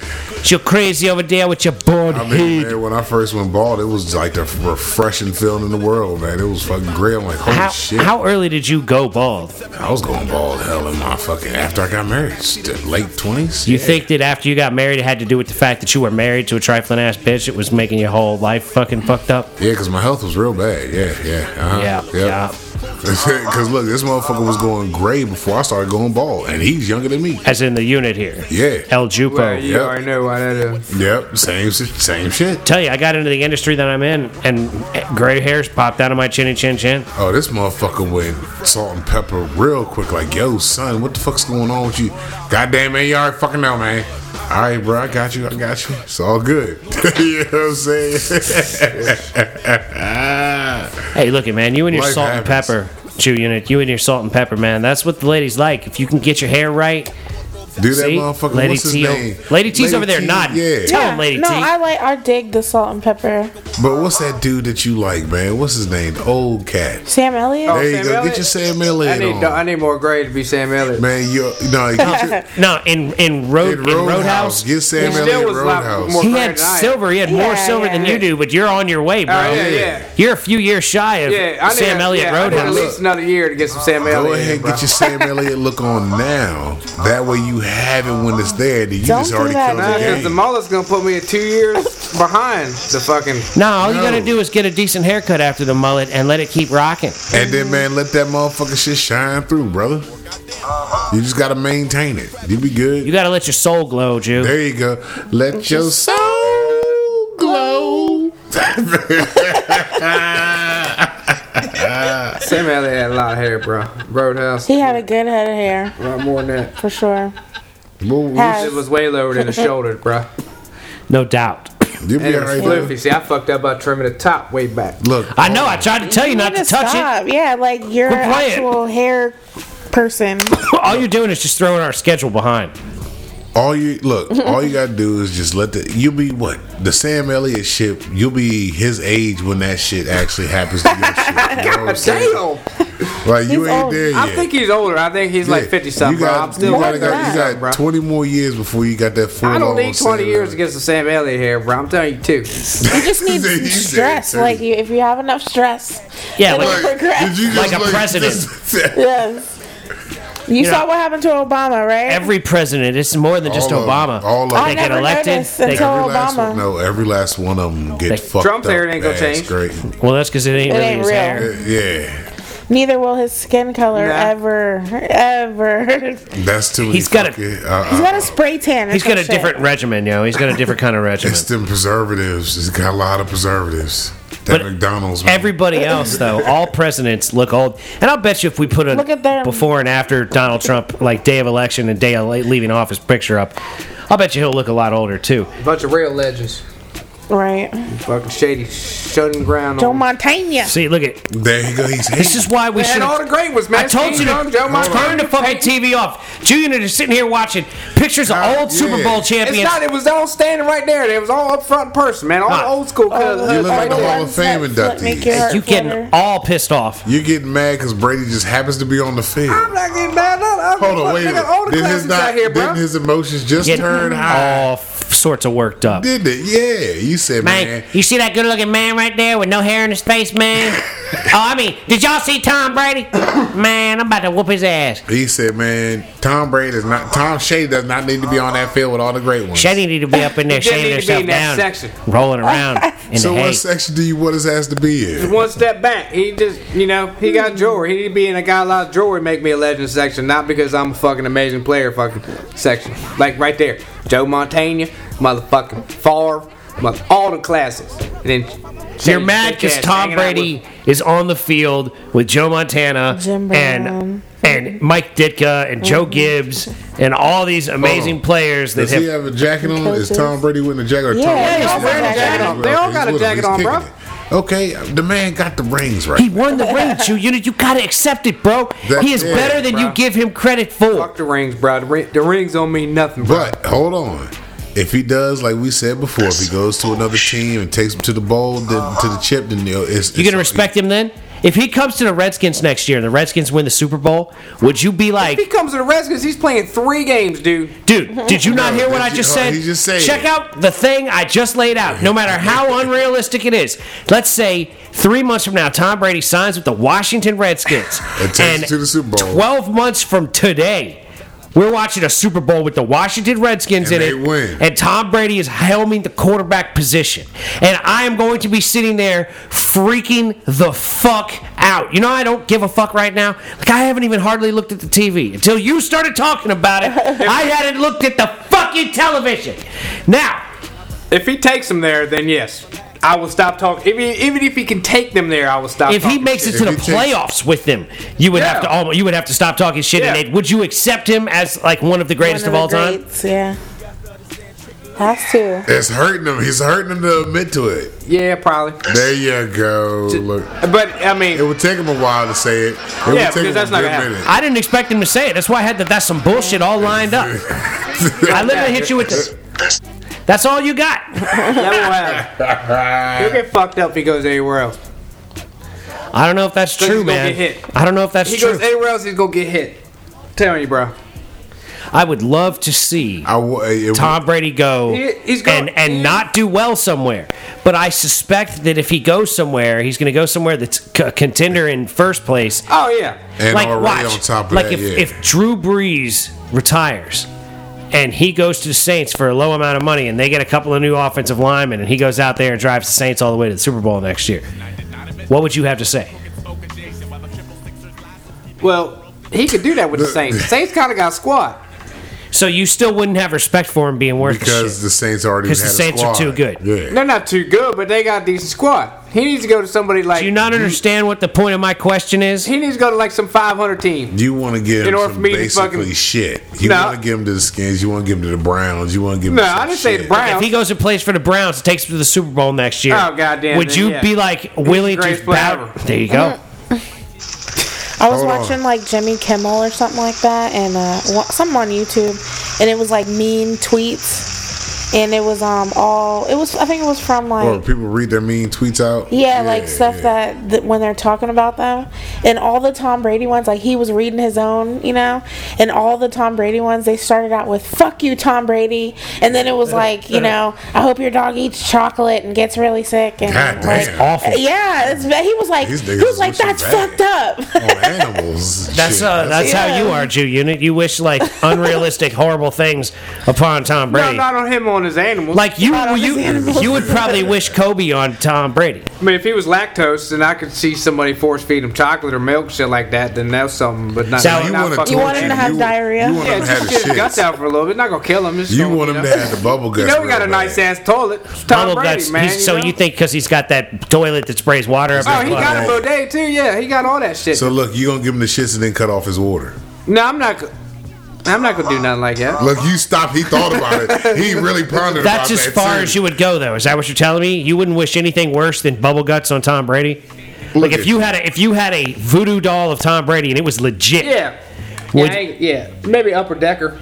Speaker 1: You're crazy over there with your bald
Speaker 3: I mean,
Speaker 1: head.
Speaker 3: man, when I first went bald, it was like the refreshing feeling in the world, man. It was fucking great. I'm like, holy
Speaker 1: How,
Speaker 3: shit.
Speaker 1: how early did you go bald?
Speaker 3: I was going bald hell in my fucking after I got married, st- late twenties.
Speaker 1: Do you think that after you got married, it had to do with the fact that you were married to a trifling ass bitch? It was making your whole life fucking fucked up.
Speaker 3: Yeah, because my health was real bad. Yeah, yeah. Uh-huh.
Speaker 1: Yeah,
Speaker 3: <laughs>
Speaker 1: yeah.
Speaker 3: Because look, this motherfucker was going gray before I started going bald, and he's younger than me.
Speaker 1: As in the unit here.
Speaker 3: Yeah.
Speaker 1: El Jupo.
Speaker 4: Well, you
Speaker 3: Yep.
Speaker 4: already know why that is.
Speaker 3: Yep, same si- same shit.
Speaker 1: Tell you, I got into the industry that I'm in, and gray hairs popped out of my chinny chin chin.
Speaker 3: Oh, this motherfucker went salt and pepper real quick. Like, yo, son, what the fuck's going on with you? Goddamn, man, you already fucking know, man. All right, bro, I got you, I got you. It's all good. <laughs> you know what I'm saying? <laughs>
Speaker 1: Hey, look it, man. You and your
Speaker 3: Life
Speaker 1: salt
Speaker 3: happens.
Speaker 1: and pepper chew unit. You and your salt and pepper, man. That's what the ladies like. If you can get your hair right,
Speaker 3: Do that
Speaker 1: see,
Speaker 3: motherfucker.
Speaker 1: Lady
Speaker 3: What's his
Speaker 1: T.
Speaker 3: name?
Speaker 1: Lady T's
Speaker 3: Lady
Speaker 1: over there
Speaker 3: T,
Speaker 1: nodding.
Speaker 3: Yeah.
Speaker 1: Tell him, Lady
Speaker 2: no,
Speaker 1: T.
Speaker 2: I like I dig the salt and pepper.
Speaker 3: But what's that dude that you like, man? What's his name? The old cat.
Speaker 2: Sam Elliott.
Speaker 4: Oh,
Speaker 3: There you
Speaker 4: Sam
Speaker 3: go.
Speaker 4: Elliott?
Speaker 3: Get your Sam
Speaker 4: I
Speaker 3: Elliott
Speaker 4: need,
Speaker 3: on.
Speaker 4: I need more grade to be Sam Elliott.
Speaker 3: man, you
Speaker 4: <laughs>
Speaker 3: no, get your,
Speaker 1: no, in in road in
Speaker 3: get Roadhouse.
Speaker 1: Roadhouse,
Speaker 3: Get Sam
Speaker 4: He still
Speaker 3: Elliott
Speaker 4: was a lot
Speaker 3: Roadhouse.
Speaker 4: more-
Speaker 1: he had
Speaker 4: Granted, I-
Speaker 1: silver. He had more
Speaker 2: Yeah,
Speaker 1: silver
Speaker 2: yeah.
Speaker 1: than you do, but you're on your way, bro.
Speaker 4: Oh, yeah, yeah.
Speaker 1: You're a few years shy of
Speaker 4: Yeah, I need,
Speaker 1: Sam Elliott
Speaker 4: yeah, I need at
Speaker 1: Roadhouse.
Speaker 4: least another year to get some Sam Elliott.
Speaker 3: Go ahead
Speaker 4: in,
Speaker 3: and
Speaker 4: bro.
Speaker 3: get your Sam Elliott look on now. That way you have it when it's there. Then you
Speaker 2: Don't
Speaker 3: just
Speaker 2: do
Speaker 3: already
Speaker 2: that,
Speaker 4: <laughs>
Speaker 3: killed
Speaker 4: Nah, because
Speaker 3: the
Speaker 4: the
Speaker 3: game.
Speaker 4: mullet's gonna put me two years behind the fucking.
Speaker 1: No, all you
Speaker 3: No.
Speaker 1: gotta do is get a decent haircut after the mullet and let it keep rocking.
Speaker 3: And then, man, let that motherfucking shit shine through, brother. You just gotta maintain it. You be good.
Speaker 1: You gotta let your soul glow, Jew.
Speaker 3: there you go. Let your soul glow.
Speaker 4: Sam Elliott had a lot of hair, bro. Roadhouse,
Speaker 2: He had a good head of hair
Speaker 4: a lot more than that.
Speaker 2: for sure.
Speaker 3: Woo, woo.
Speaker 2: Has-
Speaker 4: It was way lower than the shoulder, bro.
Speaker 1: No doubt.
Speaker 3: You
Speaker 4: And
Speaker 3: be
Speaker 4: it was
Speaker 3: alright. though.
Speaker 4: floofy. See, I fucked up by trimming the top way back.
Speaker 3: Look,
Speaker 1: I know. I tried to tell you not
Speaker 2: need
Speaker 1: to touch it.
Speaker 2: stop. Yeah, like your
Speaker 1: Quit playing.
Speaker 2: actual hair person.
Speaker 1: <laughs> All you're doing is just throwing our schedule behind.
Speaker 3: All you look, all you gotta do is just let the you'll be what the Sam Elliott ship. You'll be his age when that shit actually happens to your ship. You know what I'm saying?
Speaker 4: Damn.
Speaker 3: Like you
Speaker 2: He's
Speaker 3: ain't
Speaker 2: old.
Speaker 3: there yet.
Speaker 4: I think he's older. I think he's like
Speaker 3: Yeah.
Speaker 4: 50 something,
Speaker 3: You
Speaker 4: bro.
Speaker 3: got,
Speaker 4: I'm still
Speaker 3: you
Speaker 2: More
Speaker 3: gotta
Speaker 2: than
Speaker 3: got,
Speaker 2: that,
Speaker 3: you got
Speaker 4: bro.
Speaker 3: 20 more years before you got that full.
Speaker 4: I don't
Speaker 3: on
Speaker 4: need 20
Speaker 3: Sam
Speaker 4: years <laughs>
Speaker 3: Elliott.
Speaker 4: against the Sam Elliott here, bro. I'm telling you, too.
Speaker 2: You just
Speaker 3: <laughs>
Speaker 2: need
Speaker 3: He said
Speaker 2: stress.
Speaker 3: 30.
Speaker 2: Like you, if you have enough stress,
Speaker 1: Yeah,
Speaker 2: it'll
Speaker 1: like-
Speaker 2: progress.
Speaker 3: Did you just
Speaker 1: Like a president.
Speaker 3: <laughs> just-
Speaker 2: yes. You,
Speaker 1: know-
Speaker 2: saw what happened to Obama, right?
Speaker 1: Every president, it's more than just
Speaker 3: All of 'em.
Speaker 1: Obama.
Speaker 3: All of 'em.
Speaker 1: They
Speaker 2: I
Speaker 1: get
Speaker 2: never
Speaker 1: elected.
Speaker 2: noticed
Speaker 1: They,
Speaker 2: until-
Speaker 3: every last
Speaker 2: Obama.
Speaker 3: one, no, every last one of them get fucked
Speaker 4: Trump's
Speaker 3: up.
Speaker 4: hair ain't gonna
Speaker 3: That's
Speaker 4: change.
Speaker 3: Great.
Speaker 1: well, that's because it ain't
Speaker 2: It
Speaker 1: really
Speaker 2: ain't
Speaker 1: his
Speaker 2: real.
Speaker 1: hair.
Speaker 3: Yeah,
Speaker 2: Neither will his skin color
Speaker 4: Nah.
Speaker 2: ever, ever. He's
Speaker 3: that's too. many
Speaker 1: He's got a-
Speaker 3: fucking- uh, uh,
Speaker 2: got a spray tan. or
Speaker 1: He's
Speaker 2: some
Speaker 1: got a
Speaker 2: Oh, shit.
Speaker 1: different regimen, yo. He's got a different <laughs> kind of regimen.
Speaker 3: It's them preservatives. It's got a lot of preservatives. That
Speaker 1: But
Speaker 3: McDonald's. man.
Speaker 1: Everybody else, though, all presidents look old. And I'll bet you if we put a
Speaker 2: Look at them.
Speaker 1: before and after Donald Trump, like day of election and day of la- leaving office picture up, I'll bet you he'll look a lot older, too.
Speaker 4: bunch of real legends.
Speaker 2: right?
Speaker 4: Fucking shady. Shutting ground
Speaker 2: Joe
Speaker 4: on
Speaker 2: Montana.
Speaker 1: See, look at.
Speaker 3: there he go. He's
Speaker 1: This is why we
Speaker 4: They
Speaker 1: should.
Speaker 4: had all the great ones, man.
Speaker 1: I told you
Speaker 4: Steve
Speaker 1: to
Speaker 4: Young, Joe Montana,
Speaker 1: turn the fucking
Speaker 4: Peyton.
Speaker 1: TV off. You unit is sitting here watching pictures of
Speaker 3: Uh,
Speaker 1: old Super
Speaker 3: yeah.
Speaker 1: Bowl
Speaker 3: It's
Speaker 1: champions.
Speaker 4: It's not. It was all standing right there. They was all up front in person, man. All
Speaker 1: Nah.
Speaker 4: old school cousins.
Speaker 3: You look
Speaker 4: right
Speaker 3: like the
Speaker 4: there.
Speaker 3: Hall of Fame inductees.
Speaker 1: you getting all pissed off.
Speaker 3: You're getting mad because Brady just happens to be on the field.
Speaker 4: I'm not getting mad. I'm
Speaker 3: Hold on, wait. a minute.
Speaker 4: All the
Speaker 3: Didn't
Speaker 4: classics
Speaker 3: his, not,
Speaker 4: out here, bro.
Speaker 3: didn't his emotions just
Speaker 1: Getting
Speaker 3: turn high?
Speaker 1: all f- sorts of worked up.
Speaker 3: Did it? Yeah, you said,
Speaker 1: Man,
Speaker 3: man.
Speaker 1: you see that good looking man right there with no hair in his face,
Speaker 4: <laughs>
Speaker 1: man? oh, I mean, did y'all see Tom
Speaker 4: <coughs>
Speaker 1: Brady? Man, I'm about to whoop his ass.
Speaker 3: He said, man, Tom Brady is not. Tom Shady does not need to be on that field with all the great ones.
Speaker 1: Shady need to be up in there
Speaker 4: He didn't
Speaker 1: shaving
Speaker 4: need to be
Speaker 1: herself
Speaker 4: in
Speaker 1: down,
Speaker 4: that section.
Speaker 1: rolling around
Speaker 4: <laughs>
Speaker 1: in
Speaker 3: so
Speaker 1: the
Speaker 3: what
Speaker 1: hay.
Speaker 3: section do you want his ass to be in?
Speaker 4: one step back. He just, you know, he
Speaker 1: Hmm.
Speaker 4: got jewelry. He need to be in a guy like jewelry make me a legend section, not because I'm a fucking amazing player fucking section. Like right there, Joe Montana, motherfucking Favre, mother, all the classes. And then
Speaker 1: You're mad because Tom
Speaker 4: Hanging out with-
Speaker 1: Brady is on the field with Joe Montana
Speaker 2: Jim
Speaker 1: and
Speaker 2: Brown. Mm-hmm.
Speaker 1: and Mike Ditka and Joe Gibbs and all these amazing players that
Speaker 3: Does he
Speaker 1: have.
Speaker 3: have a jacket on? Is
Speaker 2: Coaches.
Speaker 3: Tom Brady wearing a jacket? Or
Speaker 2: Yeah,
Speaker 3: Tom
Speaker 2: yeah,
Speaker 3: Brady
Speaker 2: he's wearing
Speaker 3: is
Speaker 2: a
Speaker 3: wearing
Speaker 2: jacket
Speaker 3: as
Speaker 2: on.
Speaker 3: well?
Speaker 4: They all
Speaker 3: He's
Speaker 4: got a
Speaker 3: with him.
Speaker 4: jacket
Speaker 3: He's
Speaker 4: on, bro.
Speaker 3: kicking it. Okay, the man got the rings right.
Speaker 1: He won the
Speaker 2: <laughs>
Speaker 1: ring, Jew Unit. You gotta accept it, bro.
Speaker 3: That's
Speaker 1: he is
Speaker 3: it,
Speaker 1: better than
Speaker 4: bro.
Speaker 1: you give him credit for.
Speaker 4: Fuck the rings, bro. The, ring, the rings don't mean nothing, bro.
Speaker 3: But hold on. If he does, like we said before, if he goes to another team and takes him to the bowl, then to the chip, then you know, it's,
Speaker 1: You
Speaker 3: it's-
Speaker 1: gonna respect him then? If he comes to the Redskins next year and the Redskins win the Super Bowl, would you be like,
Speaker 4: If he comes to the Redskins, he's playing three games, dude.
Speaker 1: dude, did you not
Speaker 3: Mm-hmm. No,
Speaker 1: hear what
Speaker 3: did
Speaker 1: I
Speaker 3: you-
Speaker 1: just
Speaker 3: oh,
Speaker 1: said?
Speaker 3: he just said
Speaker 1: Check
Speaker 3: it.
Speaker 1: out the thing I just laid out, no matter how
Speaker 3: <laughs>
Speaker 1: unrealistic it is. Let's say three months from now, Tom Brady signs with the Washington Redskins.
Speaker 3: <laughs> And takes it to the Super Bowl.
Speaker 1: 12 months from today, we're watching a Super Bowl with the Washington Redskins
Speaker 3: And
Speaker 1: in
Speaker 3: they
Speaker 1: it.
Speaker 3: win.
Speaker 1: And Tom Brady is helming the quarterback position. And I am going to be sitting there freaking the fuck out. You know, I don't give a fuck right now. Like, I haven't even hardly looked at the TV. Until you started talking about it, I hadn't looked at the fucking television. Now,
Speaker 4: If he takes them there, then yes. I will stop talking. Even, even if he can take them there, I will stop
Speaker 1: if he
Speaker 4: talking
Speaker 1: makes
Speaker 4: shit.
Speaker 1: it to the
Speaker 3: If he takes-
Speaker 1: playoffs with them, you would have to
Speaker 4: Yeah.
Speaker 1: almost, you would have to stop talking shit.
Speaker 4: Yeah.
Speaker 1: And they'd- would you accept him as like one of the greatest of, all time?
Speaker 2: Yeah. Has to.
Speaker 3: It's hurting him. He's hurting him to admit to it.
Speaker 4: Yeah, probably.
Speaker 3: There you go. Look,
Speaker 4: But, I
Speaker 1: <laughs>
Speaker 4: mean,
Speaker 3: it would take him a while to say it. It would
Speaker 4: Yeah,
Speaker 3: take him
Speaker 4: because that's
Speaker 3: a
Speaker 4: not
Speaker 3: good
Speaker 4: gonna happen.
Speaker 3: minute.
Speaker 1: I didn't expect him to say it. That's why I had the that's some bullshit all lined up. I literally hit you with this. That's all you got.
Speaker 4: That will happen. He'll get fucked up if he goes anywhere else.
Speaker 1: I don't know if that's
Speaker 4: he's
Speaker 1: true,
Speaker 4: gonna get
Speaker 1: man.
Speaker 4: hit.
Speaker 1: I don't know if that's
Speaker 4: He
Speaker 1: true.
Speaker 4: goes anywhere else, he's gonna get hit. Telling you, bro.
Speaker 1: I would love to see
Speaker 3: <laughs> I w- it would-
Speaker 1: Tom Brady go
Speaker 4: He- he's
Speaker 1: and
Speaker 4: going-
Speaker 1: and
Speaker 4: he-
Speaker 1: not do well somewhere. But I suspect that if he goes somewhere, he's going to go somewhere that's a contender in first place.
Speaker 4: Oh yeah.
Speaker 3: and
Speaker 1: like
Speaker 3: already
Speaker 1: watch,
Speaker 3: on top of
Speaker 1: like
Speaker 3: that,
Speaker 1: if,
Speaker 3: yeah.
Speaker 1: if Drew Brees retires and he goes to the Saints for a low amount of money, and they get a couple of new offensive linemen, and he goes out there and drives the Saints all the way to the Super Bowl next year, what would you have to say?
Speaker 4: Well, he could do that with the Saints. The Saints kind of got squad.
Speaker 1: So you still wouldn't have respect for him being worth
Speaker 3: because
Speaker 1: the
Speaker 3: the Saints already had
Speaker 1: Because the
Speaker 3: a
Speaker 1: Saints are
Speaker 3: squad.
Speaker 1: too good.
Speaker 3: Yeah.
Speaker 4: They're not too good, but they got a decent squad. He needs to go to somebody like.
Speaker 1: shit. Do you not understand what the point of my question is?
Speaker 4: He needs to go to like some 500 team.
Speaker 3: You want to give him
Speaker 4: In order
Speaker 3: some
Speaker 4: for me to
Speaker 3: basically
Speaker 4: fucking-
Speaker 3: shit. You
Speaker 4: No.
Speaker 3: want to give him to the Skins. You want to give him to the Browns. You want to give him.
Speaker 4: No,
Speaker 3: to some
Speaker 4: I didn't say the
Speaker 3: shit.
Speaker 4: Browns.
Speaker 1: If he goes and plays for the Browns, and takes them to the Super Bowl next year.
Speaker 4: Oh, goddamn,
Speaker 1: Would
Speaker 4: then,
Speaker 1: you
Speaker 4: yeah.
Speaker 1: be like willing to
Speaker 4: greatest player
Speaker 1: bow?
Speaker 4: ever.
Speaker 1: There you go.
Speaker 2: I was
Speaker 3: Hold on.
Speaker 2: watching like Jimmy Kimmel or something like that, and uh, wa- something on YouTube, and it was like mean tweets, and it was um all it was I think it was from like
Speaker 3: Or people read their mean tweets out.
Speaker 2: yeah, like stuff
Speaker 3: yeah.
Speaker 2: that, that when they're talking about them, and all the Tom Brady ones, like he was reading his own, you know, and all the Tom Brady ones, they started out with "fuck you, Tom Brady," and then it was like,
Speaker 3: <laughs>
Speaker 2: you know, I hope your dog eats chocolate and gets really sick, and
Speaker 3: God
Speaker 2: like,
Speaker 3: damn.
Speaker 1: Awful.
Speaker 2: yeah, it's, he was like,
Speaker 3: These
Speaker 2: he
Speaker 3: niggas
Speaker 2: was
Speaker 3: is
Speaker 2: like,
Speaker 3: wishing
Speaker 2: that's
Speaker 3: bad."
Speaker 2: fucked
Speaker 3: <laughs>
Speaker 2: up.
Speaker 3: on animals.
Speaker 1: <laughs>
Speaker 3: and
Speaker 1: That's
Speaker 3: shit.
Speaker 1: uh, that's
Speaker 2: Yeah.
Speaker 1: how you are, Jew Unit. You wish
Speaker 4: <laughs>
Speaker 1: like unrealistic, horrible things upon Tom
Speaker 4: No,
Speaker 1: Brady.
Speaker 4: not on him, on his animals.
Speaker 1: Like you,
Speaker 2: Not on
Speaker 1: you,
Speaker 2: his animals.
Speaker 1: you would
Speaker 4: <laughs>
Speaker 1: probably wish Kobe on Tom Brady.
Speaker 4: I mean, if he was lactose, then I could see somebody force feed him chocolate or milk, shit like that. Then that's something. But not,
Speaker 1: So you
Speaker 4: not
Speaker 3: wanna
Speaker 4: fucking
Speaker 2: You
Speaker 3: torture-
Speaker 2: want him to have
Speaker 3: you-
Speaker 2: diarrhea?
Speaker 3: You want
Speaker 4: Yeah,
Speaker 3: him to have
Speaker 4: just
Speaker 3: his
Speaker 4: get his guts
Speaker 3: shit.
Speaker 4: out for a little bit. Not gonna kill him. Just
Speaker 3: You
Speaker 4: throw
Speaker 3: want him
Speaker 4: know?
Speaker 3: to have the bubble
Speaker 4: You
Speaker 3: guts.
Speaker 4: know we got a
Speaker 3: real
Speaker 4: nice
Speaker 3: bad.
Speaker 4: ass toilet. Tom
Speaker 1: Bubble
Speaker 4: Brady,
Speaker 1: guts.
Speaker 4: man.
Speaker 1: He's- so
Speaker 4: know?
Speaker 1: you think because he's got that toilet that sprays water up
Speaker 4: Oh,
Speaker 1: his
Speaker 4: he
Speaker 1: butt.
Speaker 4: got a bidet too. Yeah, he got all that shit.
Speaker 3: So look, you gonna give him the shits and then cut off his water.
Speaker 4: no, I'm not. go- I'm not gonna do nothing like that.
Speaker 3: Look, you stopped. He thought about it. He really pondered about
Speaker 1: That's as
Speaker 3: that,
Speaker 1: far
Speaker 3: too.
Speaker 1: as you would go, though. Is that what you're telling me? You wouldn't wish anything worse than bubble guts on Tom Brady.
Speaker 3: Look
Speaker 1: like if
Speaker 3: at
Speaker 1: you had a if you had a voodoo doll of Tom Brady and it was legit,
Speaker 4: Yeah.
Speaker 1: Would-
Speaker 4: yeah, I ain't- yeah, maybe upper decker.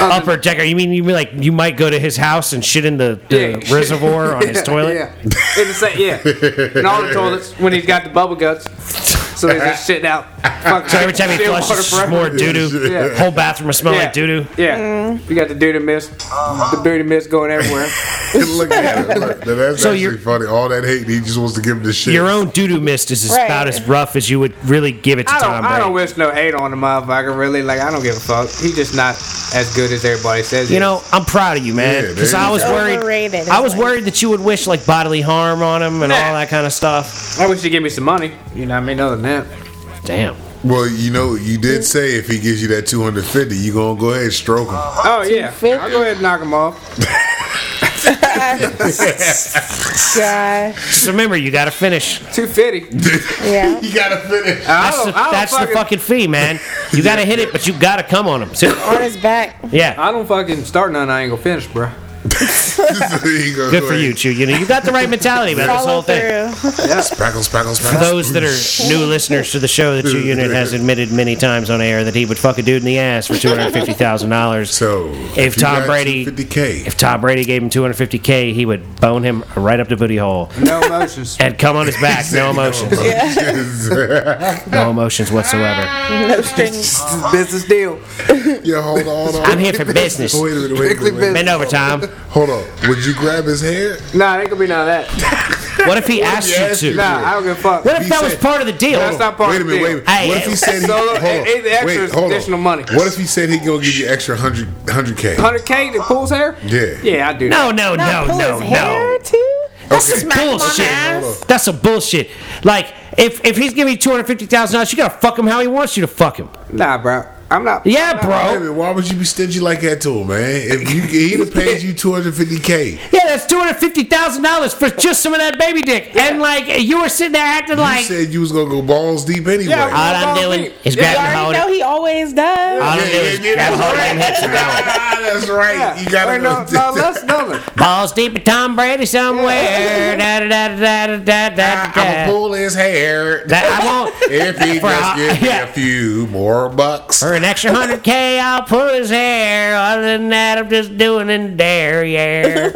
Speaker 1: upper decker. You mean you mean like you might go to his house and shit in the, the
Speaker 4: Yeah.
Speaker 1: reservoir on his
Speaker 4: <laughs> Yeah,
Speaker 1: toilet?
Speaker 4: Yeah, It's the same- yeah. And all the toilets when he's got the bubble guts, so they're just shitting out. Fuck,
Speaker 1: <laughs> So every time he
Speaker 4: shit water
Speaker 1: flushes, it's
Speaker 4: forever.
Speaker 1: more doo doo.
Speaker 4: Yeah.
Speaker 1: Whole bathroom smells like doo doo.
Speaker 4: Yeah, you got the doo mist, the booty mist
Speaker 1: <laughs>
Speaker 4: going everywhere.
Speaker 3: look at him. Look, That's
Speaker 1: So you're-
Speaker 3: actually funny. All that hate, he just wants to give him the shit.
Speaker 1: Your own doo doo mist is as-
Speaker 2: Right.
Speaker 1: about as rough as you would really give it to
Speaker 4: I
Speaker 1: Tom
Speaker 4: don't, I don't
Speaker 1: Brady.
Speaker 4: wish no hate on the motherfucker. Really, like I don't give a fuck. He's just not as good as everybody says. he
Speaker 1: You know, I'm proud of you, man.
Speaker 3: Yeah,
Speaker 1: Because
Speaker 3: there
Speaker 1: I
Speaker 3: you
Speaker 1: was
Speaker 3: go.
Speaker 1: worried.
Speaker 2: Overrated,
Speaker 1: I was
Speaker 2: it's like-
Speaker 1: worried that you would wish like bodily harm on him and
Speaker 4: Nah.
Speaker 1: all that kind of stuff.
Speaker 4: is. I wish you'd give me some money. You know, what I mean, other than that,
Speaker 1: Damn.
Speaker 3: Well, you know, you did say if he gives you that 250, you gonna go ahead and stroke
Speaker 4: <laughs>
Speaker 3: him.
Speaker 4: oh yeah,
Speaker 2: $250?
Speaker 4: I'll go ahead and knock him off.
Speaker 2: Gosh,
Speaker 1: Just remember, you got to finish.
Speaker 4: Two fifty.
Speaker 2: yeah.
Speaker 3: <laughs> you gotta finish.
Speaker 1: That's, the, that's the fucking fee, man. You got to hit it, but you got to come
Speaker 4: <laughs>
Speaker 1: on him.
Speaker 2: On his back.
Speaker 1: Yeah.
Speaker 4: I don't fucking start none. I ain't gonna finish, bro.
Speaker 3: He gonna
Speaker 1: Good
Speaker 3: go
Speaker 1: for
Speaker 3: ahead.
Speaker 1: you, Chew. You know, you got the right mentality about this
Speaker 2: Follow
Speaker 1: whole thing.
Speaker 2: through.
Speaker 3: Spackle, spackle,
Speaker 1: For
Speaker 3: spackle.
Speaker 1: those that are new listeners to the show, the Chew Unit has admitted many times on air that he would fuck a dude in the ass for two hundred fifty thousand
Speaker 2: <laughs>
Speaker 1: dollars.
Speaker 3: So
Speaker 1: If
Speaker 3: you
Speaker 1: Tom
Speaker 3: got
Speaker 1: Brady-
Speaker 3: 250k,
Speaker 1: If Tom Brady gave him 250k, he would bone him right up to booty hole
Speaker 4: No <laughs> emotions.
Speaker 1: and come on his back,
Speaker 2: <laughs>
Speaker 1: no emotions, no emotions whatsoever.
Speaker 2: No strings.
Speaker 4: business deal.
Speaker 3: <laughs> yeah, hold on, hold on.
Speaker 1: I'm here for business.
Speaker 3: Wait a minute, wait a minute, wait a minute.
Speaker 1: Bend over, Tom.
Speaker 3: Hold on. Would you grab his hair?
Speaker 4: Nah, it ain't gonna be none of that.
Speaker 1: What if he asked you
Speaker 3: asked you?
Speaker 1: to?
Speaker 4: Nah, I don't give a fuck.
Speaker 1: What if that was
Speaker 3: said-
Speaker 1: part of the deal?
Speaker 4: That's not part
Speaker 3: Wait a
Speaker 4: of the
Speaker 3: minute, wait a
Speaker 4: deal.
Speaker 3: minute. What if he said he,
Speaker 4: So,
Speaker 3: hold
Speaker 4: look,
Speaker 3: on,
Speaker 4: it- it extra is
Speaker 3: wait, hold
Speaker 4: additional
Speaker 3: on.
Speaker 4: money.
Speaker 3: What if he said he gonna give you extra 100 100k?
Speaker 4: 100k that pulls hair?
Speaker 3: Yeah.
Speaker 4: Yeah, I do.
Speaker 1: No, no, no,
Speaker 2: Not pull
Speaker 1: no,
Speaker 2: his hair
Speaker 1: no.
Speaker 2: too.
Speaker 1: That's
Speaker 3: Okay.
Speaker 1: some
Speaker 2: Smack him on the ass.
Speaker 1: bullshit. That's some bullshit. Like, if if he's giving you two hundred fifty thousand dollars, you gotta fuck him how he wants you to fuck him.
Speaker 4: Nah, bro. I'm not.
Speaker 1: Yeah,
Speaker 3: Wait a
Speaker 1: bro.
Speaker 3: minute, why would you be stingy like that to him, man? If you he'd have paid you 250k,
Speaker 1: Yeah, that's two hundred fifty thousand dollars for just some of that baby dick, and like you were sitting there acting
Speaker 3: you
Speaker 1: like
Speaker 3: said you was gonna go balls deep anyway.
Speaker 4: Yeah,
Speaker 1: all I'm doing is
Speaker 2: You
Speaker 1: grabbing
Speaker 2: already
Speaker 4: Oh,
Speaker 1: hold.
Speaker 2: know
Speaker 1: of-
Speaker 2: he always does.
Speaker 1: All I'm doing is grabbing hold of him hips and going
Speaker 3: Ah, <laughs> that's right.
Speaker 4: Yeah.
Speaker 3: You gotta
Speaker 4: Ain't
Speaker 3: go. <laughs>
Speaker 4: no, no, that's nothing.
Speaker 1: balls deep in Tom Brady somewhere. Da da da da da da da.
Speaker 3: I'm gonna
Speaker 1: da.
Speaker 3: pull his hair.
Speaker 1: That I won't.
Speaker 3: if he
Speaker 1: For
Speaker 3: just
Speaker 1: how-
Speaker 3: gives me
Speaker 1: yeah.
Speaker 3: a few more bucks.
Speaker 1: For an extra hundred K, I'll pull his hair. Other than that, I'm just doing in there,
Speaker 4: <laughs>
Speaker 1: yeah.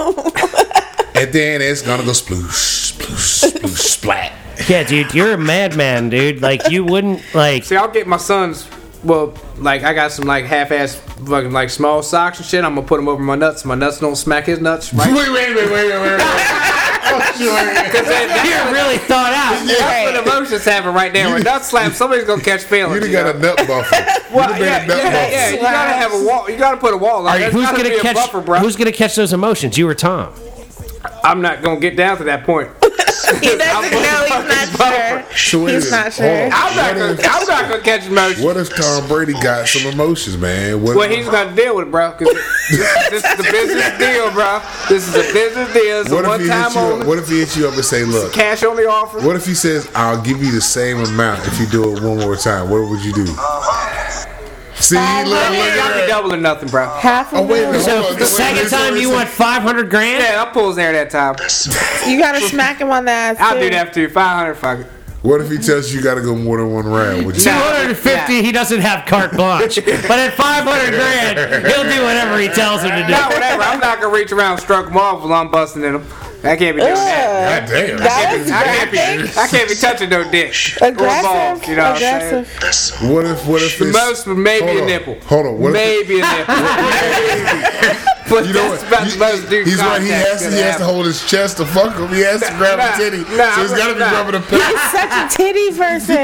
Speaker 3: And then it's gonna go sploosh, sploosh, sploosh, splat.
Speaker 1: yeah, dude, you're a madman, dude. Like you wouldn't like.
Speaker 4: See, I'll get my son's. Well, like I got some like half-ass fucking like small socks and shit. I'm gonna put them over my nuts. so My nuts don't smack his nuts. Right?
Speaker 3: Wait, wait, wait, wait, wait, wait.
Speaker 4: <laughs>
Speaker 3: Oh, wait.
Speaker 1: You're really thought out.
Speaker 4: That's what emotions happen right there. When nuts
Speaker 3: <laughs>
Speaker 4: slap, somebody's gonna catch feelings.
Speaker 3: You done
Speaker 4: you know?
Speaker 3: got a nut buffer. You
Speaker 4: Well,
Speaker 3: done made
Speaker 4: yeah,
Speaker 3: a
Speaker 4: yeah,
Speaker 3: nut
Speaker 4: yeah,
Speaker 3: buffer.
Speaker 4: You gotta have a wall. You gotta put a wall. Like,
Speaker 1: All right,
Speaker 4: there's
Speaker 1: who's
Speaker 4: gotta
Speaker 1: gonna
Speaker 4: be a
Speaker 1: catch?
Speaker 4: Buffer, bro.
Speaker 1: Who's gonna catch those emotions? You or Tom?
Speaker 4: I'm not gonna get down to that point.
Speaker 2: He doesn't know. He's not sure.
Speaker 3: So wait a
Speaker 2: He's
Speaker 3: minute,
Speaker 2: not sure.
Speaker 3: hold
Speaker 4: <laughs>
Speaker 3: on.
Speaker 4: I'm not gonna. I'm not gonna catch emotions.
Speaker 3: What if Tom Brady got some emotions, man? What
Speaker 4: Well, he's gonna deal with it, bro. Cause this, this is a
Speaker 3: <laughs>
Speaker 4: business deal, bro. This is a business deal. It's a
Speaker 3: what if
Speaker 4: one
Speaker 3: he hit
Speaker 4: time
Speaker 3: you? Up,
Speaker 4: only,
Speaker 3: what if he hit you up and say, "Look,
Speaker 4: cash only offer.
Speaker 3: what if he says I'll give you the same amount if you do it one more time? What would you do?" See, look, look,
Speaker 4: I mean,
Speaker 3: look.
Speaker 4: y'all be doubling nothing, bro.
Speaker 2: Half
Speaker 3: Oh,
Speaker 2: of
Speaker 3: wait a minute.
Speaker 2: him.
Speaker 1: So
Speaker 3: Hold on,
Speaker 1: the
Speaker 3: wait,
Speaker 1: second
Speaker 3: wait,
Speaker 1: time
Speaker 3: wait,
Speaker 1: you
Speaker 3: wait.
Speaker 1: want five hundred grand?
Speaker 4: Yeah, I pulls there that time.
Speaker 2: You gotta smack him on the ass.
Speaker 4: I'll
Speaker 2: too.
Speaker 4: do that for you. Five hundred, fuck it.
Speaker 3: What if he tells you you got to go more than one round? Would you?
Speaker 1: 250, he doesn't have carte blanche. but at 500 grand, he'll do whatever he tells him to do.
Speaker 4: No, whatever. I'm not gonna reach around and stroke Marvel. I'm busting in him. I can't be doing that.
Speaker 3: God damn.
Speaker 2: That was
Speaker 4: I can't, be,
Speaker 2: graphic,
Speaker 4: I can't be touching no dick or balls.
Speaker 2: aggressive,
Speaker 4: You know what I'm saying?
Speaker 2: aggressive.
Speaker 3: What if what if
Speaker 4: The
Speaker 3: it's,
Speaker 4: most, maybe
Speaker 3: hold
Speaker 4: a
Speaker 3: on,
Speaker 4: nipple.
Speaker 3: Hold on, what if
Speaker 4: maybe a nipple. but
Speaker 3: <laughs> you know
Speaker 4: that's about
Speaker 3: what? You-
Speaker 4: the most dude
Speaker 3: he's right. He
Speaker 4: contact
Speaker 3: has to.
Speaker 4: gonna
Speaker 3: He
Speaker 4: happen.
Speaker 3: has to hold his chest to fuck him. He has to grab
Speaker 4: Nah,
Speaker 3: a titty.
Speaker 4: nah,
Speaker 3: so he's got to be
Speaker 4: nah.
Speaker 3: grabbing a penis.
Speaker 2: He's such a titty person.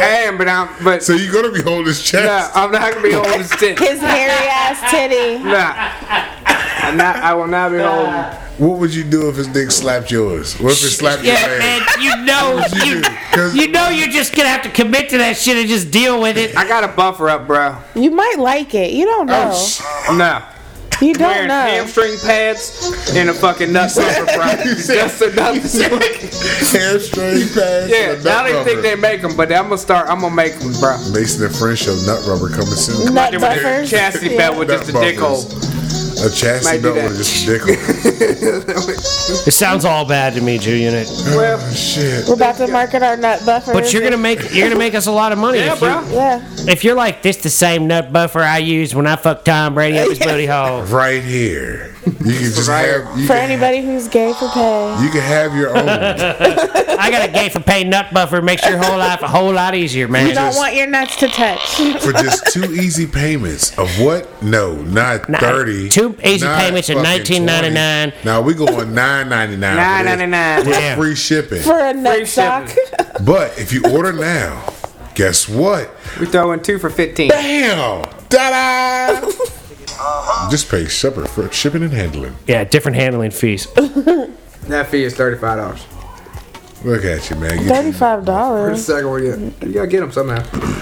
Speaker 4: I am, but I'm. But
Speaker 3: So you're gonna be holding his
Speaker 4: no,
Speaker 3: chest.
Speaker 4: I'm not
Speaker 3: <laughs>
Speaker 4: gonna be holding his dick.
Speaker 2: His hairy ass titty.
Speaker 4: Nah. I'm not. I will not be holding.
Speaker 3: What would you do if his dick slapped yours? What if it slapped
Speaker 1: Yeah,
Speaker 3: your
Speaker 1: man,
Speaker 3: ass?
Speaker 1: you know,
Speaker 3: What would <laughs> you
Speaker 1: you,
Speaker 3: do? 'Cause-
Speaker 1: you know, you're just gonna have to commit to that shit and just deal with it.
Speaker 4: I got a buffer up, bro.
Speaker 2: You might like it. You don't know.
Speaker 4: No.
Speaker 2: you don't
Speaker 4: Wearing
Speaker 2: know.
Speaker 4: hamstring pads and a fucking nut buffer, bro. Just enough to
Speaker 3: Hamstring pads.
Speaker 4: <laughs> Yeah,
Speaker 3: and a
Speaker 4: I
Speaker 3: nut
Speaker 4: don't even think
Speaker 3: rubber.
Speaker 4: they make them, but I'm gonna start. I'm gonna make them, bro.
Speaker 3: Mason and French show nut rubber coming soon.
Speaker 2: Nut
Speaker 4: They want
Speaker 2: buffers.
Speaker 4: Chastity
Speaker 2: Yeah.
Speaker 4: belt with
Speaker 3: Nut
Speaker 4: just a dick hole.
Speaker 3: buffers. A chastity
Speaker 4: Might do
Speaker 3: belt
Speaker 4: that.
Speaker 3: with just a
Speaker 4: <laughs>
Speaker 3: dick hole.
Speaker 1: It sounds all bad to me, Jew Unit.
Speaker 3: Oh,
Speaker 4: Well,
Speaker 3: shit.
Speaker 2: We're about to market our nut buffers.
Speaker 1: But you're gonna make you're gonna make us a lot of money.
Speaker 4: yeah,
Speaker 1: if, you,
Speaker 4: bro.
Speaker 2: Yeah.
Speaker 1: if you're like this, the same nut buffer I used when I fucked Tom Brady up his booty hole.
Speaker 3: Right here. You can just
Speaker 4: Right.
Speaker 3: have. You
Speaker 2: For
Speaker 3: can,
Speaker 2: anybody who's gay for pay.
Speaker 3: you can have your
Speaker 4: <laughs>
Speaker 3: own.
Speaker 1: I got a gay for pay nut buffer. Makes your whole life a whole lot easier,
Speaker 2: You
Speaker 1: man.
Speaker 2: don't want your nuts to touch.
Speaker 3: for just two easy payments of what? No, not
Speaker 1: Nah,
Speaker 3: thirty.
Speaker 1: two easy payments of $19.99.
Speaker 3: Now we going nine ninety nine.
Speaker 4: $9.99.
Speaker 3: With
Speaker 1: Yeah.
Speaker 3: free
Speaker 2: <laughs>
Speaker 3: shipping.
Speaker 2: For a
Speaker 4: Free
Speaker 2: nut
Speaker 4: shipping.
Speaker 2: sock.
Speaker 3: But if you order now, guess what?
Speaker 4: We throwing two for fifteen.
Speaker 3: Damn! Ta-da!
Speaker 4: Uh-huh.
Speaker 3: Just pay separate for shipping and handling.
Speaker 1: Yeah, different handling fees.
Speaker 4: That fee is thirty five dollars.
Speaker 3: Look at you, man. You-
Speaker 2: <laughs> Thirty-five
Speaker 4: Where's
Speaker 2: dollars.
Speaker 4: the second one yet? You gotta get them somehow.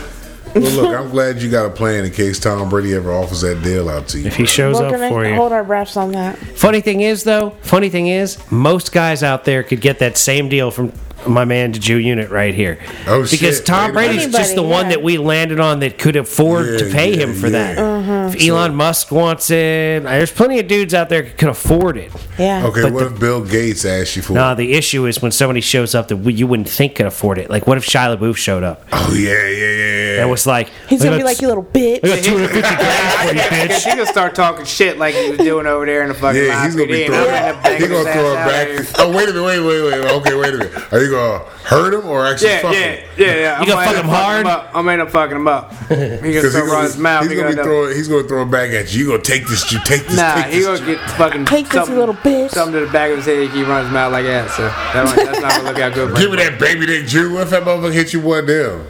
Speaker 3: Well, look, I'm glad you got a plan in case Tom Brady ever offers that deal out to you.
Speaker 1: If he shows
Speaker 2: We're
Speaker 1: up for
Speaker 2: gonna
Speaker 1: you.
Speaker 2: hold our breaths on that.
Speaker 1: Funny thing is, though, funny thing is, most guys out there could get that same deal from my man to Jew Unit right here.
Speaker 3: Oh,
Speaker 1: because
Speaker 3: shit.
Speaker 1: Because Tom
Speaker 3: Anybody.
Speaker 1: Brady's just the
Speaker 2: Anybody,
Speaker 1: one
Speaker 2: yeah.
Speaker 1: that we landed on that could afford
Speaker 3: Yeah,
Speaker 1: to pay
Speaker 3: yeah,
Speaker 1: him for that.
Speaker 3: yeah.
Speaker 2: Mm-hmm.
Speaker 1: If Elon Musk wants it, there's plenty of dudes out there that could afford it.
Speaker 2: Yeah.
Speaker 3: Okay,
Speaker 1: But
Speaker 3: what if Bill Gates asked you for
Speaker 1: Nah,
Speaker 3: it?
Speaker 1: the issue is when somebody shows up that we, you wouldn't think could afford it. Like, what if Shia LaBeouf showed up
Speaker 3: Oh, yeah, yeah, yeah, yeah.
Speaker 1: and was like,
Speaker 2: He's
Speaker 1: "I
Speaker 2: gonna
Speaker 1: got
Speaker 2: be like,
Speaker 1: s-
Speaker 2: you little bitch.
Speaker 1: I got 250 grand for you,
Speaker 4: Yeah,
Speaker 1: bitch.
Speaker 2: <laughs>
Speaker 4: she gonna start talking shit like he was doing over there in the fucking
Speaker 3: Yeah, he's gonna be
Speaker 4: library.
Speaker 3: throwing.
Speaker 4: And I'm gonna bang
Speaker 3: He's gonna
Speaker 4: his
Speaker 3: throw
Speaker 4: ass
Speaker 3: it
Speaker 4: out
Speaker 3: back.
Speaker 4: of here.
Speaker 3: Oh wait a minute, wait, wait, wait. Okay, wait a minute. Are you gonna hurt him or actually
Speaker 4: Yeah,
Speaker 3: fuck
Speaker 4: yeah,
Speaker 3: him?
Speaker 4: yeah, yeah. I'm
Speaker 1: You gonna fuck
Speaker 4: end up
Speaker 1: him
Speaker 4: fucking
Speaker 1: hard?
Speaker 4: up. I'm gonna end up fucking
Speaker 1: <laughs>
Speaker 4: him up. He gonna
Speaker 3: 'Cause
Speaker 4: start
Speaker 3: he
Speaker 4: running
Speaker 3: gonna-
Speaker 4: his mouth.
Speaker 3: He's
Speaker 4: He
Speaker 3: gonna be
Speaker 4: end up-
Speaker 3: throwing. He's gonna throw it back at you. You gonna take this? You take this?
Speaker 4: Nah,
Speaker 3: take
Speaker 4: he
Speaker 3: this,
Speaker 4: gonna get fucking
Speaker 2: Take this, you
Speaker 4: something,
Speaker 2: little bitch.
Speaker 4: something to the back of his head. He keep running his mouth like that. So that one, that's not gonna look out good. for
Speaker 3: Give me
Speaker 4: him.
Speaker 3: that baby dick, Jew. What if that motherfucker hit you one down?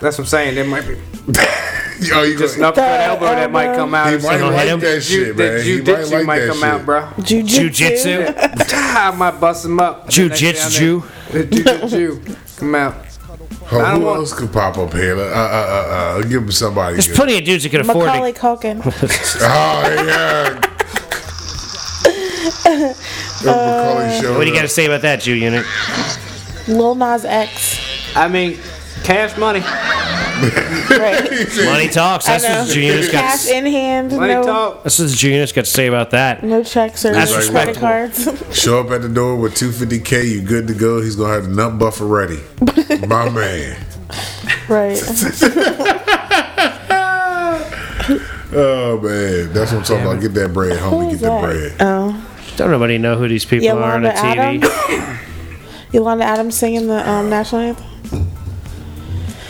Speaker 4: That's what I'm saying. There might be
Speaker 3: Yo, you
Speaker 4: just an
Speaker 3: gonna,
Speaker 4: uppercut elbow that might come out.
Speaker 3: he
Speaker 4: or something.
Speaker 3: might
Speaker 1: gonna hit
Speaker 3: like
Speaker 1: him.
Speaker 3: that
Speaker 4: Ju-
Speaker 3: shit,
Speaker 4: the
Speaker 3: man. He might
Speaker 4: jujitsu
Speaker 3: like
Speaker 4: might
Speaker 3: that
Speaker 4: come
Speaker 3: shit.
Speaker 4: out, bro.
Speaker 2: Jujitsu.
Speaker 1: Jiu-jitsu.
Speaker 4: I might bust
Speaker 1: <laughs>
Speaker 4: him up.
Speaker 1: Jiu-jitsu.
Speaker 4: The Jujitsu. Come out.
Speaker 3: Huh,
Speaker 4: I don't
Speaker 3: who
Speaker 4: want-
Speaker 3: else could pop up here? Uh, uh, uh, uh, give him somebody.
Speaker 1: There's
Speaker 3: good.
Speaker 1: plenty of dudes that could afford
Speaker 2: Macaulay
Speaker 1: it. <laughs>
Speaker 2: Culkin.
Speaker 3: <laughs> oh yeah. The Macaulay show.
Speaker 1: Uh, What do you got to say about that, Jew Unit?
Speaker 2: Lil Nas X.
Speaker 4: I mean, cash money. <laughs>
Speaker 2: Right.
Speaker 1: Money talks.
Speaker 2: I
Speaker 1: That's
Speaker 2: know.
Speaker 1: what Jew Unit's got.
Speaker 2: Cash in hand.
Speaker 4: Money
Speaker 2: No,
Speaker 4: talk.
Speaker 1: That's what Jew Unit's got to say about that.
Speaker 2: no checks or
Speaker 1: That's
Speaker 2: credit
Speaker 1: respectable.
Speaker 4: <laughs>
Speaker 2: cards.
Speaker 3: Show up at the door with 250k. You good to go? He's gonna have the nut buffer ready. My man.
Speaker 2: right.
Speaker 3: Oh man, that's what I'm talking about. Get that bread, homie. Get that bread.
Speaker 2: Oh.
Speaker 1: Don't nobody know who these people are on the
Speaker 2: Yolanda
Speaker 1: TV.
Speaker 2: Adams. Yolanda Adams singing the um, national anthem.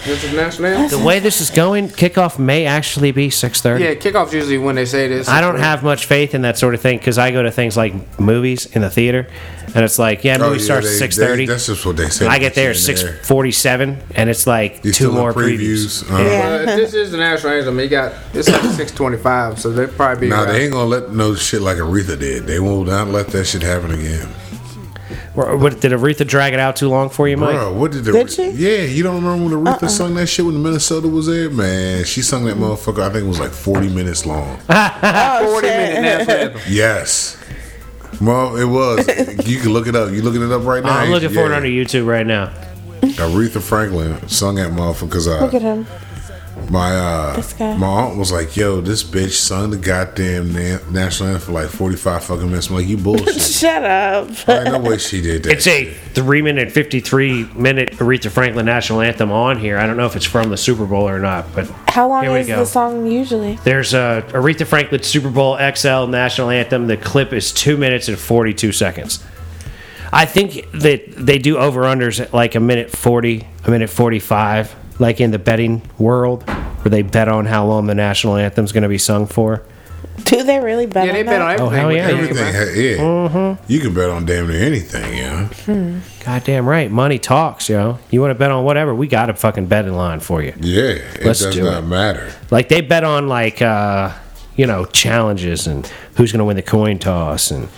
Speaker 4: This is national anthem?
Speaker 1: The way this is going, kickoff may actually be 6:30.
Speaker 4: Yeah, kickoff's usually when they say this.
Speaker 1: I don't have much faith in that sort of thing because I go to things like movies in the theater, and it's like, yeah, movie
Speaker 3: Oh, yeah,
Speaker 1: starts
Speaker 3: they-
Speaker 1: at
Speaker 3: they-
Speaker 1: six thirty.
Speaker 3: That's just what they say.
Speaker 1: I get there at
Speaker 3: In
Speaker 1: six forty-seven, and it's like
Speaker 3: These
Speaker 1: two
Speaker 3: still in
Speaker 1: more previews.
Speaker 3: previews, uh-huh.
Speaker 1: Yeah.
Speaker 4: Uh, this is the national anthem. You got it's like six twenty-five, so they will probably be.
Speaker 3: Now
Speaker 4: around-
Speaker 3: they ain't gonna let no shit like Aretha did. They will not let that shit happen again.
Speaker 1: Or- What, did Aretha drag it out too long for you, Mike?
Speaker 3: Bro, what did the Uh-uh.
Speaker 2: Did she?
Speaker 3: Yeah, you don't remember when Aretha sung that shit when Minnesota was there? Man, she sung that motherfucker. I think it was like 40
Speaker 1: <laughs>
Speaker 3: minutes long.
Speaker 2: Oh,
Speaker 4: forty minute national anthem.
Speaker 3: yes. Well, it was. you can look it up. You looking it up right now?
Speaker 1: I'm looking for it
Speaker 3: Yeah.
Speaker 1: under YouTube right now.
Speaker 3: Aretha Franklin sung that motherfucker because I
Speaker 2: Look at him.
Speaker 3: uh, my uh
Speaker 2: This guy.
Speaker 3: my aunt was like, "Yo, this bitch sung the goddamn na- national anthem for like forty five fucking minutes." I'm like,
Speaker 1: <laughs>
Speaker 3: "You bullshit."
Speaker 2: Shut up.
Speaker 3: Ain't no way she did that.
Speaker 1: It's a three minute, 53 minute Aretha Franklin national anthem on here. I don't know if it's from the Super Bowl or not, but
Speaker 2: How long
Speaker 1: here we
Speaker 2: is
Speaker 1: go.
Speaker 2: the song usually?
Speaker 1: There's uh, Aretha Franklin Super Bowl XL national anthem. The clip is two minutes and 42 seconds. I think that they do over unders at like a minute 40, a minute 45, like in the betting world, where they bet on how long the national anthem's going to be sung for.
Speaker 2: Do they really bet
Speaker 4: Yeah,
Speaker 2: on
Speaker 4: they
Speaker 2: that?
Speaker 4: bet on everything.
Speaker 1: Oh, hell
Speaker 4: with
Speaker 1: yeah.
Speaker 4: the
Speaker 3: Everything,
Speaker 4: game, right?
Speaker 3: ha- yeah.
Speaker 1: Mm-hmm.
Speaker 3: You can bet on damn near anything, yeah.
Speaker 1: Goddamn right. Money talks, yo. You want to bet on whatever? We got a fucking betting line for you.
Speaker 3: Yeah, it
Speaker 1: Let's
Speaker 3: does
Speaker 1: do
Speaker 3: not
Speaker 1: it.
Speaker 3: matter.
Speaker 1: Like they bet on like uh, you know challenges and who's going to win the coin toss and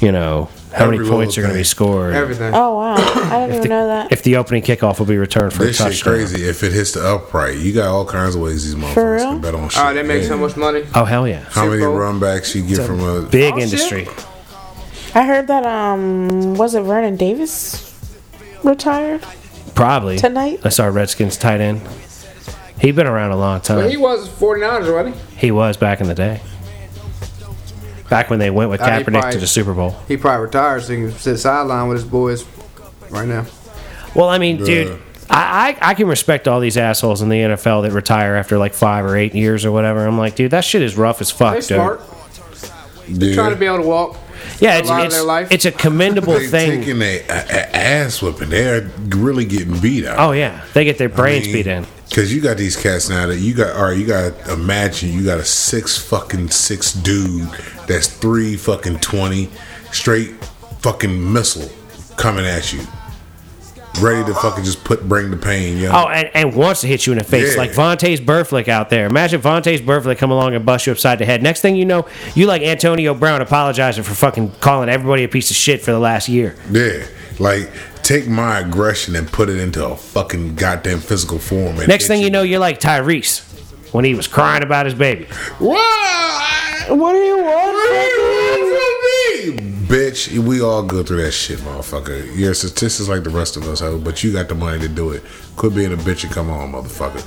Speaker 1: you know how
Speaker 3: Every
Speaker 1: many points are
Speaker 3: little
Speaker 1: going to
Speaker 3: thing.
Speaker 1: be scored.
Speaker 4: Everything.
Speaker 2: Oh wow, I didn't even know that.
Speaker 1: If the opening kickoff will be returned for
Speaker 3: This
Speaker 1: a
Speaker 3: shit
Speaker 1: touchdown.
Speaker 3: crazy. If it hits the upright, you got all kinds of ways these motherfuckers
Speaker 2: real?
Speaker 3: can bet on shit.
Speaker 4: Oh, they make so
Speaker 3: Yeah.
Speaker 4: much money.
Speaker 1: Oh hell yeah!
Speaker 3: How many
Speaker 4: Super Bowl.
Speaker 3: run backs you get from a
Speaker 1: Big
Speaker 4: Oh, shit.
Speaker 1: industry.
Speaker 2: I heard that um, was it Vernon Davis retired?
Speaker 1: Probably
Speaker 2: Tonight?
Speaker 1: That's our Redskins tight end. He'd been around a long
Speaker 4: But he
Speaker 1: time.
Speaker 4: was 49ers, wasn't he?
Speaker 1: He was back in the day. Back when they went with
Speaker 4: Uh, he
Speaker 1: Kaepernick to
Speaker 4: probably-
Speaker 1: the Super Bowl.
Speaker 4: He probably retired so he can sit sideline with his boys right now.
Speaker 1: Well, I mean,
Speaker 3: Bruh.
Speaker 1: dude, I, I I can respect all these assholes in the NFL that retire after like five or eight years or whatever. I'm like, dude, that shit is rough as fuck,
Speaker 4: They're
Speaker 1: dude.
Speaker 4: smart.
Speaker 3: yeah.
Speaker 4: Trying to be able to walk.
Speaker 1: Yeah, it's
Speaker 4: A lot of
Speaker 1: it's,
Speaker 4: their life.
Speaker 1: it's a commendable
Speaker 3: they
Speaker 1: thing.
Speaker 3: taking a, a, a ass whipping. They're really getting beat out.
Speaker 1: Oh yeah, they get their brains beat in.
Speaker 3: Cause you got these cats now that you got. All right, you got. Imagine you got a six fucking six dude that's three fucking twenty, straight fucking missile coming at you, ready to fucking just put bring the pain. Yo.
Speaker 1: Oh, and, and wants to hit you in the face
Speaker 3: Yeah.
Speaker 1: like Vontae's Burflick out there. Imagine Vontae's Burflick come along and bust you upside the head. Next thing you know, you like Antonio Brown apologizing for fucking calling everybody a piece of shit for the last year.
Speaker 3: yeah, like take my aggression and put it into a fucking goddamn physical form. And
Speaker 1: Next
Speaker 3: hit
Speaker 1: thing you know, you're like Tyrese when he was crying about his baby.
Speaker 3: Whoa! I-
Speaker 2: What do you want?
Speaker 3: Bitch, we all go through that shit, motherfucker. You're statistics like the rest of us, hoe, but you got the money to do it. Quit being a bitch and come on, motherfucker.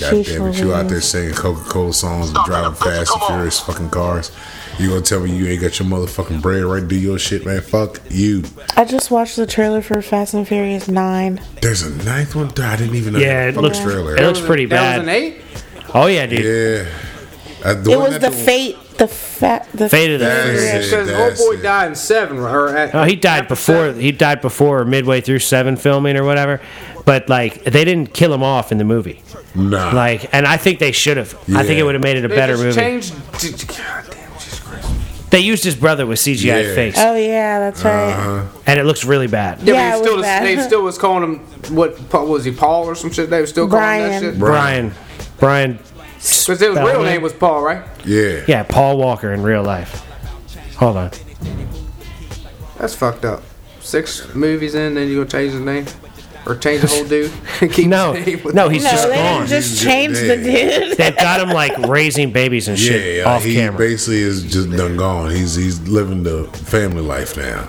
Speaker 3: God damn it, you out there singing Coca Cola songs and driving fast and furious fucking cars. You gonna tell me you ain't got your motherfucking bread right? Do your shit, man. Fuck you.
Speaker 2: I just watched the trailer for Fast and Furious Nine.
Speaker 3: There's a ninth one. I didn't even know.
Speaker 1: Yeah,
Speaker 3: that
Speaker 1: it looks-
Speaker 3: fucking trailer.
Speaker 1: it looks pretty
Speaker 4: That
Speaker 1: bad.
Speaker 4: was an eight?
Speaker 1: Oh yeah, dude.
Speaker 3: Yeah. Uh,
Speaker 2: It
Speaker 3: one
Speaker 2: was
Speaker 3: that
Speaker 2: the fate, the fat, the
Speaker 1: Fate of the
Speaker 3: That's
Speaker 1: Furious.
Speaker 3: it,
Speaker 4: Because old
Speaker 3: that's
Speaker 4: boy
Speaker 3: it.
Speaker 4: died in seven. Or at,
Speaker 1: Oh, he died
Speaker 4: after
Speaker 1: before
Speaker 4: seven.
Speaker 1: he died before or midway through seven filming or whatever. But like they didn't kill him off in the movie.
Speaker 3: Nah.
Speaker 1: Like and I think they should have. I think
Speaker 3: Yeah.
Speaker 1: it would have made it a
Speaker 4: They
Speaker 1: better
Speaker 4: just
Speaker 1: movie.
Speaker 4: Changed. God damn, Jesus Christ.
Speaker 1: They used his brother with CGI
Speaker 3: Yeah.
Speaker 1: face.
Speaker 2: Oh yeah, that's
Speaker 3: Uh-huh.
Speaker 2: right.
Speaker 1: And it looks really bad.
Speaker 4: Yeah,
Speaker 2: Yeah,
Speaker 4: but
Speaker 2: it
Speaker 4: he still
Speaker 2: was
Speaker 4: was,
Speaker 2: bad. <laughs>
Speaker 4: they still was calling him what Paul- was he Paul or some shit? They was still calling
Speaker 2: Brian.
Speaker 4: him that shit
Speaker 1: Brian. Brian
Speaker 4: because his real
Speaker 1: Spellman.
Speaker 4: name was Paul, right?
Speaker 3: Yeah.
Speaker 1: Yeah, Paul Walker in real life. Hold on.
Speaker 4: That's fucked up. Six movies in, then you gonna change his name or change the
Speaker 1: <laughs>
Speaker 4: whole dude? and Keep <laughs>
Speaker 1: No.
Speaker 4: his name with-
Speaker 1: No, he's
Speaker 2: No,
Speaker 1: just
Speaker 2: they
Speaker 1: gone.
Speaker 2: didn't just
Speaker 3: He's
Speaker 2: change the
Speaker 3: dead.
Speaker 2: dude.
Speaker 1: They've got him
Speaker 4: <laughs>
Speaker 1: like raising babies and shit
Speaker 3: Yeah,
Speaker 1: off
Speaker 3: he
Speaker 1: camera.
Speaker 3: basically is just done gone. He's he's living the family life now.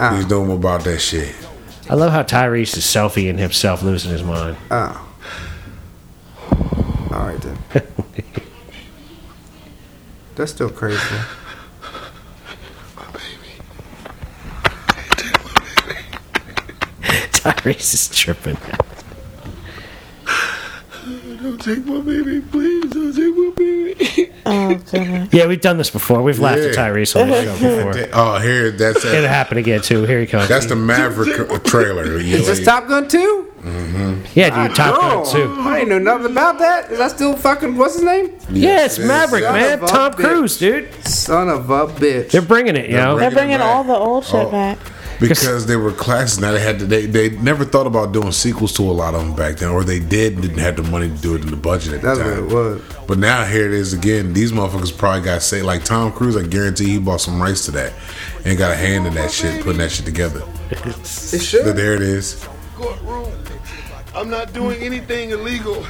Speaker 4: Ah.
Speaker 3: He's doing about that shit.
Speaker 1: I love how Tyrese is selfieing himself losing his
Speaker 4: <laughs>
Speaker 1: mind.
Speaker 4: Oh. All right
Speaker 1: <laughs>
Speaker 4: then. That's still crazy.
Speaker 1: Tyrese is tripping.
Speaker 3: Don't take my baby, please. Don't take my baby.
Speaker 2: Oh goodness.
Speaker 1: Yeah, we've done this before. We've laughed at
Speaker 3: Yeah.
Speaker 1: Tyrese on the
Speaker 3: <laughs>
Speaker 1: show before.
Speaker 3: Oh, here that's
Speaker 1: It'll
Speaker 3: that,
Speaker 1: happen again too. Here he comes.
Speaker 3: that's the Maverick trailer. You
Speaker 4: Is this
Speaker 3: know,
Speaker 4: Top Gun two?
Speaker 1: yeah, dude, Top
Speaker 4: Girl,
Speaker 1: Gun too.
Speaker 4: I ain't know nothing about that. Is that still fucking what's his name?
Speaker 1: Yeah, it's
Speaker 3: it is.
Speaker 1: Maverick,
Speaker 4: Son
Speaker 1: man.
Speaker 4: of a
Speaker 1: Tom
Speaker 4: bitch.
Speaker 1: Cruise, dude.
Speaker 4: Son of a bitch.
Speaker 1: They're bringing it, you know.
Speaker 2: <laughs> They're
Speaker 3: it
Speaker 2: bringing
Speaker 3: back.
Speaker 2: all the old shit
Speaker 3: Oh.
Speaker 2: back.
Speaker 3: because they were classes. Now they had to. They, they never thought about doing sequels to a lot of them back then, or they did and didn't have the money to do it in the budget at
Speaker 4: That's
Speaker 3: the
Speaker 4: what
Speaker 3: time.
Speaker 4: it was.
Speaker 3: But now here it is again. These motherfuckers probably got say like Tom Cruise. I guarantee he bought some rights to that and got a hand in that shit, putting that shit together.
Speaker 4: They should.
Speaker 3: But there it is.
Speaker 5: courtroom. I'm not doing anything illegal.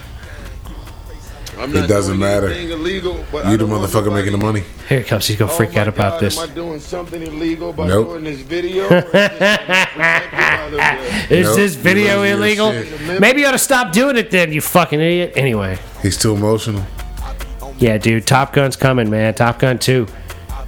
Speaker 5: I'm
Speaker 3: It doesn't
Speaker 5: doing
Speaker 3: matter.
Speaker 5: anything Illegal, but I
Speaker 3: You the
Speaker 5: don't want
Speaker 3: motherfucker
Speaker 5: nobody-
Speaker 3: making the money.
Speaker 1: Here it comes. He's gonna
Speaker 5: Oh
Speaker 1: freak
Speaker 5: my
Speaker 1: out about
Speaker 5: God,
Speaker 1: this.
Speaker 5: Am I doing something illegal by
Speaker 3: Nope.
Speaker 5: doing this video? Or is this
Speaker 3: <laughs>
Speaker 5: something protected
Speaker 1: Is
Speaker 3: Nope,
Speaker 1: this
Speaker 3: you
Speaker 1: video
Speaker 3: love your
Speaker 1: illegal?
Speaker 3: shit.
Speaker 1: Maybe you ought to stop doing it then, you fucking idiot. Anyway,
Speaker 3: He's too emotional.
Speaker 1: yeah, dude, Top Gun's coming, man. Top Gun 2.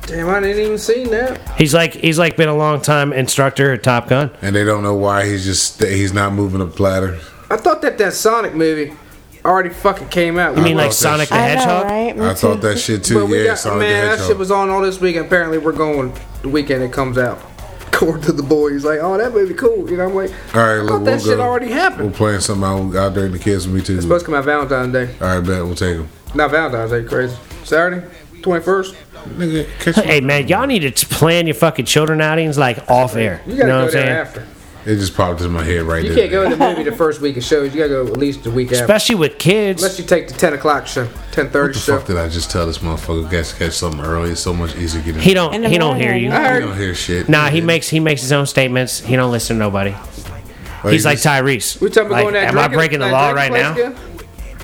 Speaker 4: Damn, I didn't even see that.
Speaker 1: He's like he's like been a long time instructor at Top Gun.
Speaker 3: And they don't know why he's just he's not moving the platter.
Speaker 4: I thought that that Sonic movie already fucking came out.
Speaker 1: I mean,
Speaker 3: love
Speaker 1: like
Speaker 3: that
Speaker 1: Sonic the
Speaker 3: shit.
Speaker 2: I
Speaker 1: Hedgehog.
Speaker 2: know, right? Me
Speaker 3: I
Speaker 2: too.
Speaker 3: thought that shit too.
Speaker 4: but we
Speaker 3: yeah,
Speaker 4: got
Speaker 3: Sonic the
Speaker 4: man, that
Speaker 3: Hedgehog.
Speaker 4: shit was on all this week. Apparently, we're going the weekend it comes out. <laughs> According to the boys, like, oh, that movie cool. You know, I'm like,
Speaker 3: All right,
Speaker 4: I
Speaker 3: look,
Speaker 4: thought
Speaker 3: we'll
Speaker 4: that shit
Speaker 3: go.
Speaker 4: already happened.
Speaker 3: We're playing something out, out there in the kids with me too.
Speaker 4: supposed to come out Valentine's Day.
Speaker 3: All right, bet we'll take him.
Speaker 4: Not Valentine's Day, crazy. Saturday, twenty first.
Speaker 3: Nigga, catch
Speaker 1: Hey man, y'all need to plan your fucking children outings like off air.
Speaker 4: You
Speaker 1: You,
Speaker 4: gotta
Speaker 1: know what
Speaker 4: go
Speaker 1: I'm
Speaker 4: there
Speaker 1: saying?
Speaker 4: after.
Speaker 3: It just popped into my head right
Speaker 4: You
Speaker 3: there.
Speaker 4: can't go to the movie the first week of shows. You gotta go at least the week after.
Speaker 1: Especially with kids.
Speaker 4: Unless you take the ten o'clock show, ten
Speaker 3: What
Speaker 4: thirty
Speaker 3: the
Speaker 4: show.
Speaker 3: fuck did I just tell this motherfucker? Guys, catch something early. It's so much easier getting.
Speaker 1: he
Speaker 2: In
Speaker 1: don't
Speaker 2: the
Speaker 1: he don't
Speaker 2: morning.
Speaker 1: hear you.
Speaker 4: I
Speaker 3: He
Speaker 4: heard.
Speaker 3: don't hear shit.
Speaker 1: Nah, he makes he makes his own statements. He don't listen to nobody.
Speaker 3: Like,
Speaker 1: He's like
Speaker 3: just-
Speaker 1: Tyrese.
Speaker 4: We talking about
Speaker 1: Like,
Speaker 4: going to that
Speaker 1: am I
Speaker 4: drinking-
Speaker 1: breaking the
Speaker 4: that
Speaker 1: law right
Speaker 4: drinking
Speaker 1: now?
Speaker 4: place again?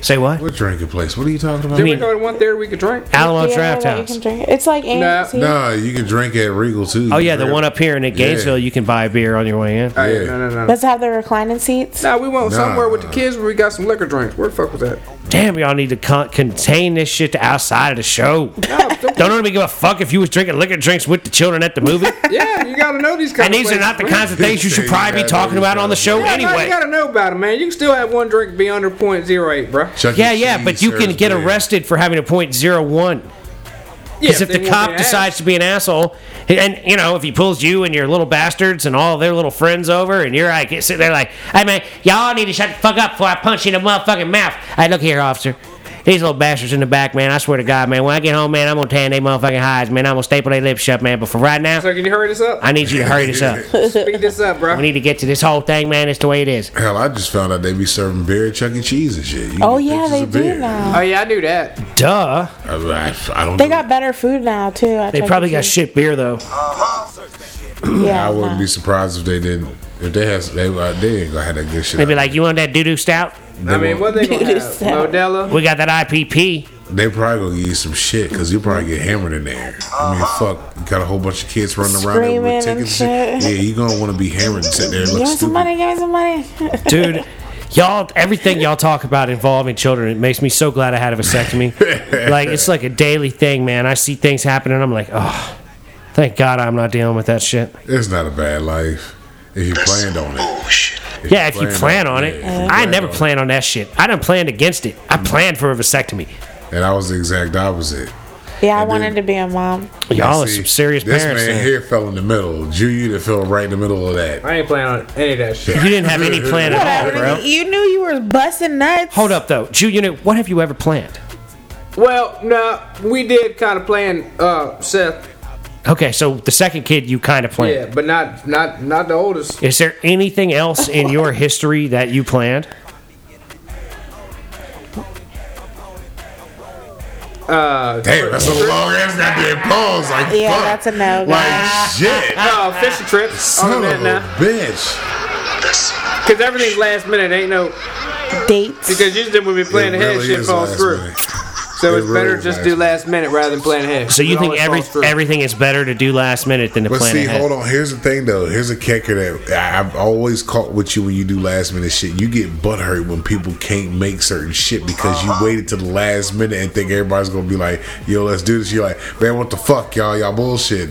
Speaker 1: Say what?
Speaker 3: What drinking place? What are you talking about?
Speaker 4: Did
Speaker 1: mean-
Speaker 4: we go to one theater we could drink?
Speaker 1: Alamo
Speaker 2: Yeah,
Speaker 1: Draft
Speaker 2: that you
Speaker 1: House.
Speaker 2: can drink. It's like Amy's.
Speaker 4: Nah,
Speaker 3: Nah, you can drink at Regal too.
Speaker 1: Oh yeah, the one up here in Gainesville. You can buy a beer on your way in.
Speaker 4: Oh, yeah,
Speaker 3: Yeah.
Speaker 4: No, no, no, no.
Speaker 2: Let's have the reclining seats.
Speaker 4: Nah, we went
Speaker 3: Nah.
Speaker 4: somewhere with the kids where we got some liquor drinks. Where the fuck was that?
Speaker 1: Damn, y'all need to con- contain this shit to outside of the show.
Speaker 4: Nah, don't-
Speaker 1: <laughs> Don't let me give a fuck if you was drinking liquor drinks with the children at the movie.
Speaker 4: yeah, <laughs> you gotta know these
Speaker 1: and
Speaker 4: kind of
Speaker 1: these are not the
Speaker 4: places.
Speaker 1: kinds of things you should probably be talking about on the show
Speaker 4: Yeah, nah,
Speaker 1: <laughs>
Speaker 4: You
Speaker 1: anyway.
Speaker 4: gotta know about it, man. You can still have one drink and be under point zero eight, bro.
Speaker 3: Chuck E.
Speaker 1: Yeah, yeah,
Speaker 3: Cheese
Speaker 1: but you can
Speaker 3: serves
Speaker 1: get
Speaker 3: beer.
Speaker 1: arrested for having a point zero one.
Speaker 4: Yeah,
Speaker 1: Because if
Speaker 4: they
Speaker 1: the
Speaker 4: want
Speaker 1: cop
Speaker 4: their
Speaker 1: decides
Speaker 4: ass.
Speaker 1: to be an asshole, and you know, if he pulls you and your little bastards and all their little friends over, and you're like sitting there like, "Hey man, y'all need to shut the fuck up before I punch you in the motherfucking mouth." Hey, look here, officer. These little bastards in the back, man. I swear to God, man. When I get home, man, I'm gonna tan they motherfucking hides, man. I'm gonna staple their lips shut, man. But for right now,
Speaker 4: So can you hurry this up?
Speaker 1: I need you to hurry this up.
Speaker 4: Speed this up, bro.
Speaker 1: We need to get to this whole thing, man. It's the way it is.
Speaker 3: <laughs> Hell, I just found out they be serving beer at Chuck E. Cheese and shit. You
Speaker 2: Oh
Speaker 3: get
Speaker 2: yeah,
Speaker 3: pictures
Speaker 2: they
Speaker 3: of beer.
Speaker 2: do now.
Speaker 4: Oh yeah, I knew that.
Speaker 1: Duh.
Speaker 3: I, I, I don't.
Speaker 2: They
Speaker 3: know.
Speaker 2: got better food now too. at
Speaker 1: They
Speaker 2: Chuck E.
Speaker 1: probably got
Speaker 2: Cheese.
Speaker 1: shit beer though.
Speaker 2: Yeah,
Speaker 3: I wouldn't
Speaker 2: nah.
Speaker 3: be surprised if they didn't. If they has, they, uh, they ain't gonna have that good shit.
Speaker 1: They'd be like, "You want that doo doo stout?
Speaker 3: they,
Speaker 4: I mean, what
Speaker 3: won't-
Speaker 4: they gonna have?
Speaker 2: Just that.
Speaker 4: Modelo.
Speaker 1: We got that IPP."
Speaker 3: they probably gonna give you some shit because you probably get hammered in there. I mean,
Speaker 4: Uh-huh.
Speaker 3: fuck, you got a whole bunch of kids running around there
Speaker 2: Screaming
Speaker 3: with
Speaker 2: and
Speaker 3: tickets. and
Speaker 2: shit.
Speaker 3: Yeah, you gonna want to be hammered and sit there and
Speaker 2: Give
Speaker 3: look
Speaker 2: me some money.
Speaker 3: stupid.
Speaker 2: Give me some money.
Speaker 1: dude y'all everything y'all talk about involving children it makes me so glad i had a vasectomy like it's like a daily thing man i see things happening i'm like oh thank god i'm not dealing with that shit
Speaker 3: It's not a bad life if you planned on it.
Speaker 1: yeah if you plan on it
Speaker 3: yeah, if you
Speaker 1: i
Speaker 3: plan
Speaker 1: never
Speaker 3: on it. Mm.
Speaker 1: planned on that shit i done planned against it i planned for a vasectomy
Speaker 3: And I was the exact opposite.
Speaker 2: Yeah, I
Speaker 3: And
Speaker 2: wanted
Speaker 3: then-
Speaker 2: to be a mom.
Speaker 1: y'all are
Speaker 3: See,
Speaker 1: some serious
Speaker 3: this
Speaker 1: parents
Speaker 3: man
Speaker 1: man.
Speaker 3: here fell in the middle. Juju that fell right in the middle of that.
Speaker 4: I ain't planning on any of that shit.
Speaker 1: you didn't have any
Speaker 3: <laughs>
Speaker 1: plan at all
Speaker 2: Whatever.
Speaker 1: bro
Speaker 2: You knew you were busting nuts.
Speaker 1: hold up though jew unit what have you ever planned
Speaker 4: well, no, we did kind of plan, uh, Seth.
Speaker 1: okay so the second kid you kind of planned
Speaker 4: Yeah, but not not not the oldest.
Speaker 1: Is there anything else in your history that you planned?
Speaker 3: Damn, that's a long ass goddamn pause. Like,
Speaker 2: Yeah,
Speaker 3: fuck.
Speaker 2: that's a no,
Speaker 3: Like,
Speaker 2: <laughs>
Speaker 3: shit.
Speaker 4: Oh, fishing trips. All
Speaker 3: Son
Speaker 4: of
Speaker 3: of
Speaker 4: that
Speaker 3: a
Speaker 4: now.
Speaker 3: bitch.
Speaker 4: Because everything's last minute. Ain't no.
Speaker 2: Dates.
Speaker 4: Because usually when we plan
Speaker 3: It
Speaker 4: ahead,
Speaker 3: really
Speaker 4: shit
Speaker 3: is
Speaker 4: falls
Speaker 3: last
Speaker 4: through.
Speaker 3: minute.
Speaker 4: So
Speaker 3: It
Speaker 4: it's better
Speaker 3: really is
Speaker 4: just
Speaker 3: last
Speaker 4: do
Speaker 3: minute.
Speaker 4: last minute rather than plan ahead.
Speaker 1: So you
Speaker 4: It
Speaker 1: think
Speaker 4: always
Speaker 1: every,
Speaker 4: falls through.
Speaker 1: everything is better to do last minute than to
Speaker 3: But
Speaker 1: plan
Speaker 3: see,
Speaker 1: ahead?
Speaker 3: hold on. Here's the thing, though. Here's a kicker that I- I've always caught with you when you do last minute shit. You get butthurt when people can't make certain shit because you waited to the last minute and think everybody's gonna be like, "Yo, let's do this." You're like, "Man, what the fuck, y'all? Y'all bullshit."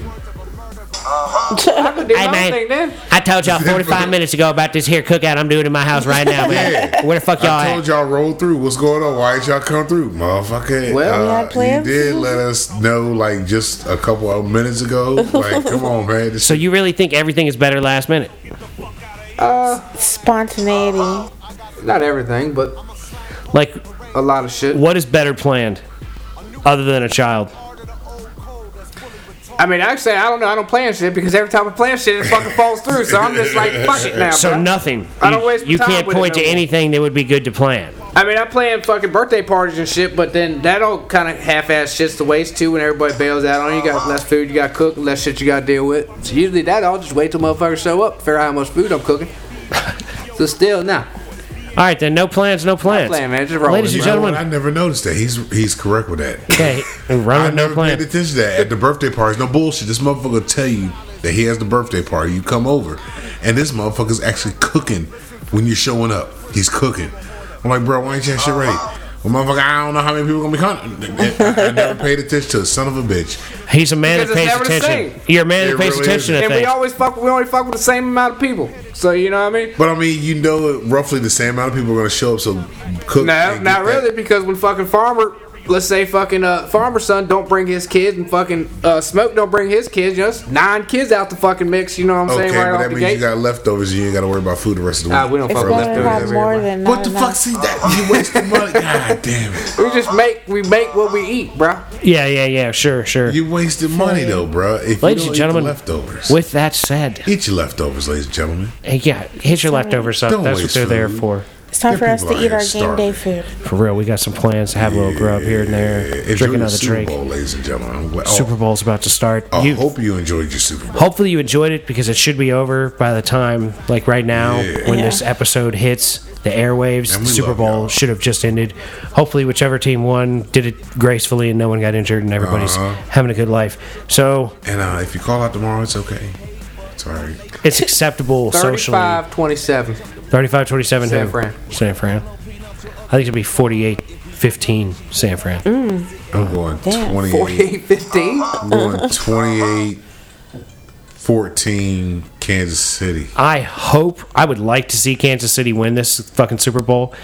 Speaker 4: I could do
Speaker 1: Hey,
Speaker 4: my
Speaker 1: man.
Speaker 4: own thing then.
Speaker 1: I told
Speaker 3: <laughs>
Speaker 1: y'all 45 minutes ago about this here cookout I'm doing in my house right now, man.
Speaker 3: Yeah.
Speaker 1: Where the fuck y'all
Speaker 3: I
Speaker 1: at?
Speaker 3: told y'all roll through. What's going on? Why ain't y'all come through, motherfucker? uh,
Speaker 4: Well,
Speaker 2: we had plans.
Speaker 3: You did let us know like just a couple of
Speaker 2: <laughs>
Speaker 3: minutes ago. Like, come on, man. This
Speaker 1: So you really think everything is better last minute?
Speaker 2: Spontaneity.
Speaker 4: Not everything, but
Speaker 1: Like,
Speaker 4: a lot of shit.
Speaker 1: what is better planned other than a child?
Speaker 4: I mean, actually, I don't know. I don't plan shit because every time I plan shit, it fucking falls through. So I'm just like, fuck it now.
Speaker 1: So
Speaker 4: bro.
Speaker 1: nothing.
Speaker 4: I don't
Speaker 1: You-
Speaker 4: waste my
Speaker 1: You
Speaker 4: time
Speaker 1: can't
Speaker 4: with it
Speaker 1: point
Speaker 4: no
Speaker 1: to
Speaker 4: more.
Speaker 1: anything that would be good to plan.
Speaker 4: I mean, I plan fucking birthday parties and shit, but then that all kind of half-ass shit's to waste too. When everybody bails out on you, you got less food you got to cook, less shit you got to deal with. So usually
Speaker 3: <laughs>
Speaker 4: that all just wait till motherfuckers show up, figure out how much food I'm cooking. so still, nah.
Speaker 1: All right, then. No plans, no plans.
Speaker 4: plan, man. Just roll
Speaker 1: Ladies
Speaker 4: with
Speaker 1: and
Speaker 4: it.
Speaker 1: gentlemen. <laughs>
Speaker 3: I never noticed that. He's he's correct with that.
Speaker 1: Okay, run
Speaker 3: I
Speaker 1: with no
Speaker 3: never paid
Speaker 1: plan.
Speaker 3: attention to that. At the birthday parties, no bullshit. This motherfucker will tell you that he has the birthday party. You come over, and this motherfucker's actually cooking when you're showing up. He's cooking. I'm like, bro, why ain't you that shit ready? Well, motherfucker, I don't know how many people gonna be coming. <laughs> I, I never paid attention to a son of a bitch.
Speaker 1: He's a man that
Speaker 4: Because
Speaker 1: pays
Speaker 4: it's never the
Speaker 1: attention.
Speaker 4: same.
Speaker 1: You're a man
Speaker 3: It
Speaker 1: that pays
Speaker 3: really
Speaker 1: attention
Speaker 3: isn't.
Speaker 1: to
Speaker 4: And we
Speaker 1: things.
Speaker 4: always fuck. We only fuck with the same amount of people. So you know what I mean?
Speaker 3: But I mean, you know, roughly the same amount of people are gonna show up. So cook.
Speaker 4: No,
Speaker 3: and get
Speaker 4: not
Speaker 3: that.
Speaker 4: really, because when fucking farmer, let's say fucking uh, farmer son don't bring his kids, and fucking uh, smoke don't bring his kids, you know, it's nine kids out the fucking mix. You know what I'm
Speaker 3: Okay,
Speaker 4: saying? Right
Speaker 3: but
Speaker 4: off
Speaker 3: that
Speaker 4: the
Speaker 3: means you
Speaker 4: gate.
Speaker 3: got leftovers. and You ain't got to worry about food the rest of the week.
Speaker 4: Ah, we don't
Speaker 2: It's
Speaker 4: fuck
Speaker 3: Or
Speaker 4: with
Speaker 2: better to
Speaker 4: leftovers
Speaker 2: have
Speaker 4: every
Speaker 2: more
Speaker 4: month.
Speaker 2: than not
Speaker 3: What the
Speaker 2: enough.
Speaker 3: fuck? See that? You wasted money. God damn it.
Speaker 4: we just make we make what we eat, bruh.
Speaker 1: Yeah, yeah, yeah. Sure, sure.
Speaker 3: You wasted money though, bro. If
Speaker 1: Ladies and
Speaker 3: you don't eat the
Speaker 1: gentlemen,
Speaker 3: leftovers.
Speaker 1: with that said,
Speaker 3: eat your leftovers, ladies and gentlemen.
Speaker 1: hey, yeah, hit your leftovers up.
Speaker 3: Don't
Speaker 1: That's what
Speaker 3: waste
Speaker 1: they're there
Speaker 3: food.
Speaker 1: for.
Speaker 2: It's time
Speaker 3: Them
Speaker 2: for us
Speaker 3: people
Speaker 2: to
Speaker 3: out
Speaker 2: eat
Speaker 3: here
Speaker 2: our game day food.
Speaker 1: For real, we got some plans to have a little grub here and there,
Speaker 3: Enjoy
Speaker 1: drink
Speaker 3: your
Speaker 1: another
Speaker 3: Super
Speaker 1: drink.
Speaker 3: Bowl, ladies and gentlemen. Well,
Speaker 1: Super Bowl's about to start.
Speaker 3: I
Speaker 1: You-
Speaker 3: hope you enjoyed your Super Bowl.
Speaker 1: hopefully you enjoyed it because it should be over by the time, like right now,
Speaker 3: Yeah.
Speaker 1: when
Speaker 2: Yeah.
Speaker 1: this episode hits the airwaves.
Speaker 3: And
Speaker 1: The
Speaker 3: we
Speaker 1: Super
Speaker 3: love
Speaker 1: Bowl
Speaker 3: y'all.
Speaker 1: should have just ended. Hopefully, whichever team won did it gracefully and no one got injured and everybody's
Speaker 3: Uh-huh.
Speaker 1: having a good life. So
Speaker 3: And uh, if you call out tomorrow, it's okay. It's all right.
Speaker 1: it's acceptable socially.
Speaker 4: 35, 27.
Speaker 1: 35 27
Speaker 4: San Fran.
Speaker 1: San Fran. I think it'll be 48 15 San Fran.
Speaker 3: I'm going 28.
Speaker 4: 48, 15.
Speaker 3: I'm going 28, 14, Kansas City.
Speaker 1: I hope I would like to see Kansas City win this fucking Super Bowl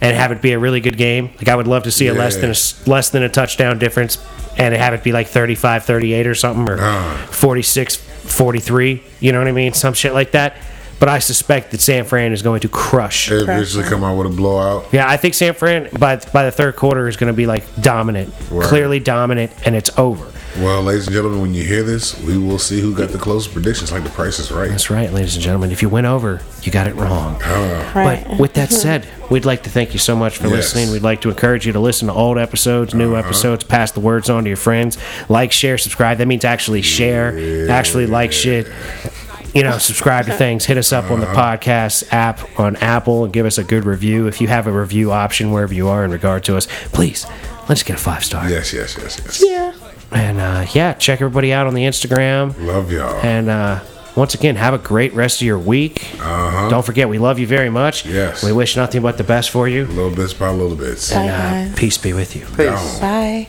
Speaker 1: and have it be a really good game. Like I would love to see a less
Speaker 3: Yeah.
Speaker 1: than a s- less than a touchdown difference and have it be like 35-38 or something or
Speaker 3: Ah.
Speaker 1: 46-43, you know what I mean? Some shit like that. But I suspect that San Fran is going to crush.
Speaker 3: They eventually come out with a blowout.
Speaker 1: Yeah, I think San Fran by by the third quarter is going to be like dominant,
Speaker 3: Right.
Speaker 1: clearly dominant and it's over.
Speaker 3: Well, ladies and gentlemen, when you hear this, we will see who got the closest predictions. Like the price is right.
Speaker 1: That's right, ladies and gentlemen. If you went over, you got it wrong.
Speaker 2: Right.
Speaker 1: But with that said, we'd like to thank you so much for
Speaker 3: Yes.
Speaker 1: listening. We'd like to encourage you to listen to old episodes, new episodes, pass the words on to your friends. Like, share, subscribe. That means actually share, actually like shit. You know, subscribe to things. Hit us up on the podcast app on Apple and give us a good review. If you have a review option wherever you are in regard to us, please let's get a five star.
Speaker 3: Yes, yes, yes, yes.
Speaker 2: yeah.
Speaker 1: And uh, yeah, check everybody out on the Instagram.
Speaker 3: Love y'all.
Speaker 1: And uh, once again, have a great rest of your week.
Speaker 3: Uh-huh.
Speaker 1: Don't forget, we love you very much.
Speaker 3: Yes.
Speaker 1: We wish nothing but the best for you.
Speaker 3: little bits by little bits.
Speaker 2: Bye,
Speaker 1: Uh,
Speaker 2: guys.
Speaker 1: peace be with you.
Speaker 4: Peace.
Speaker 2: Bye.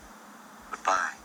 Speaker 6: Goodbye.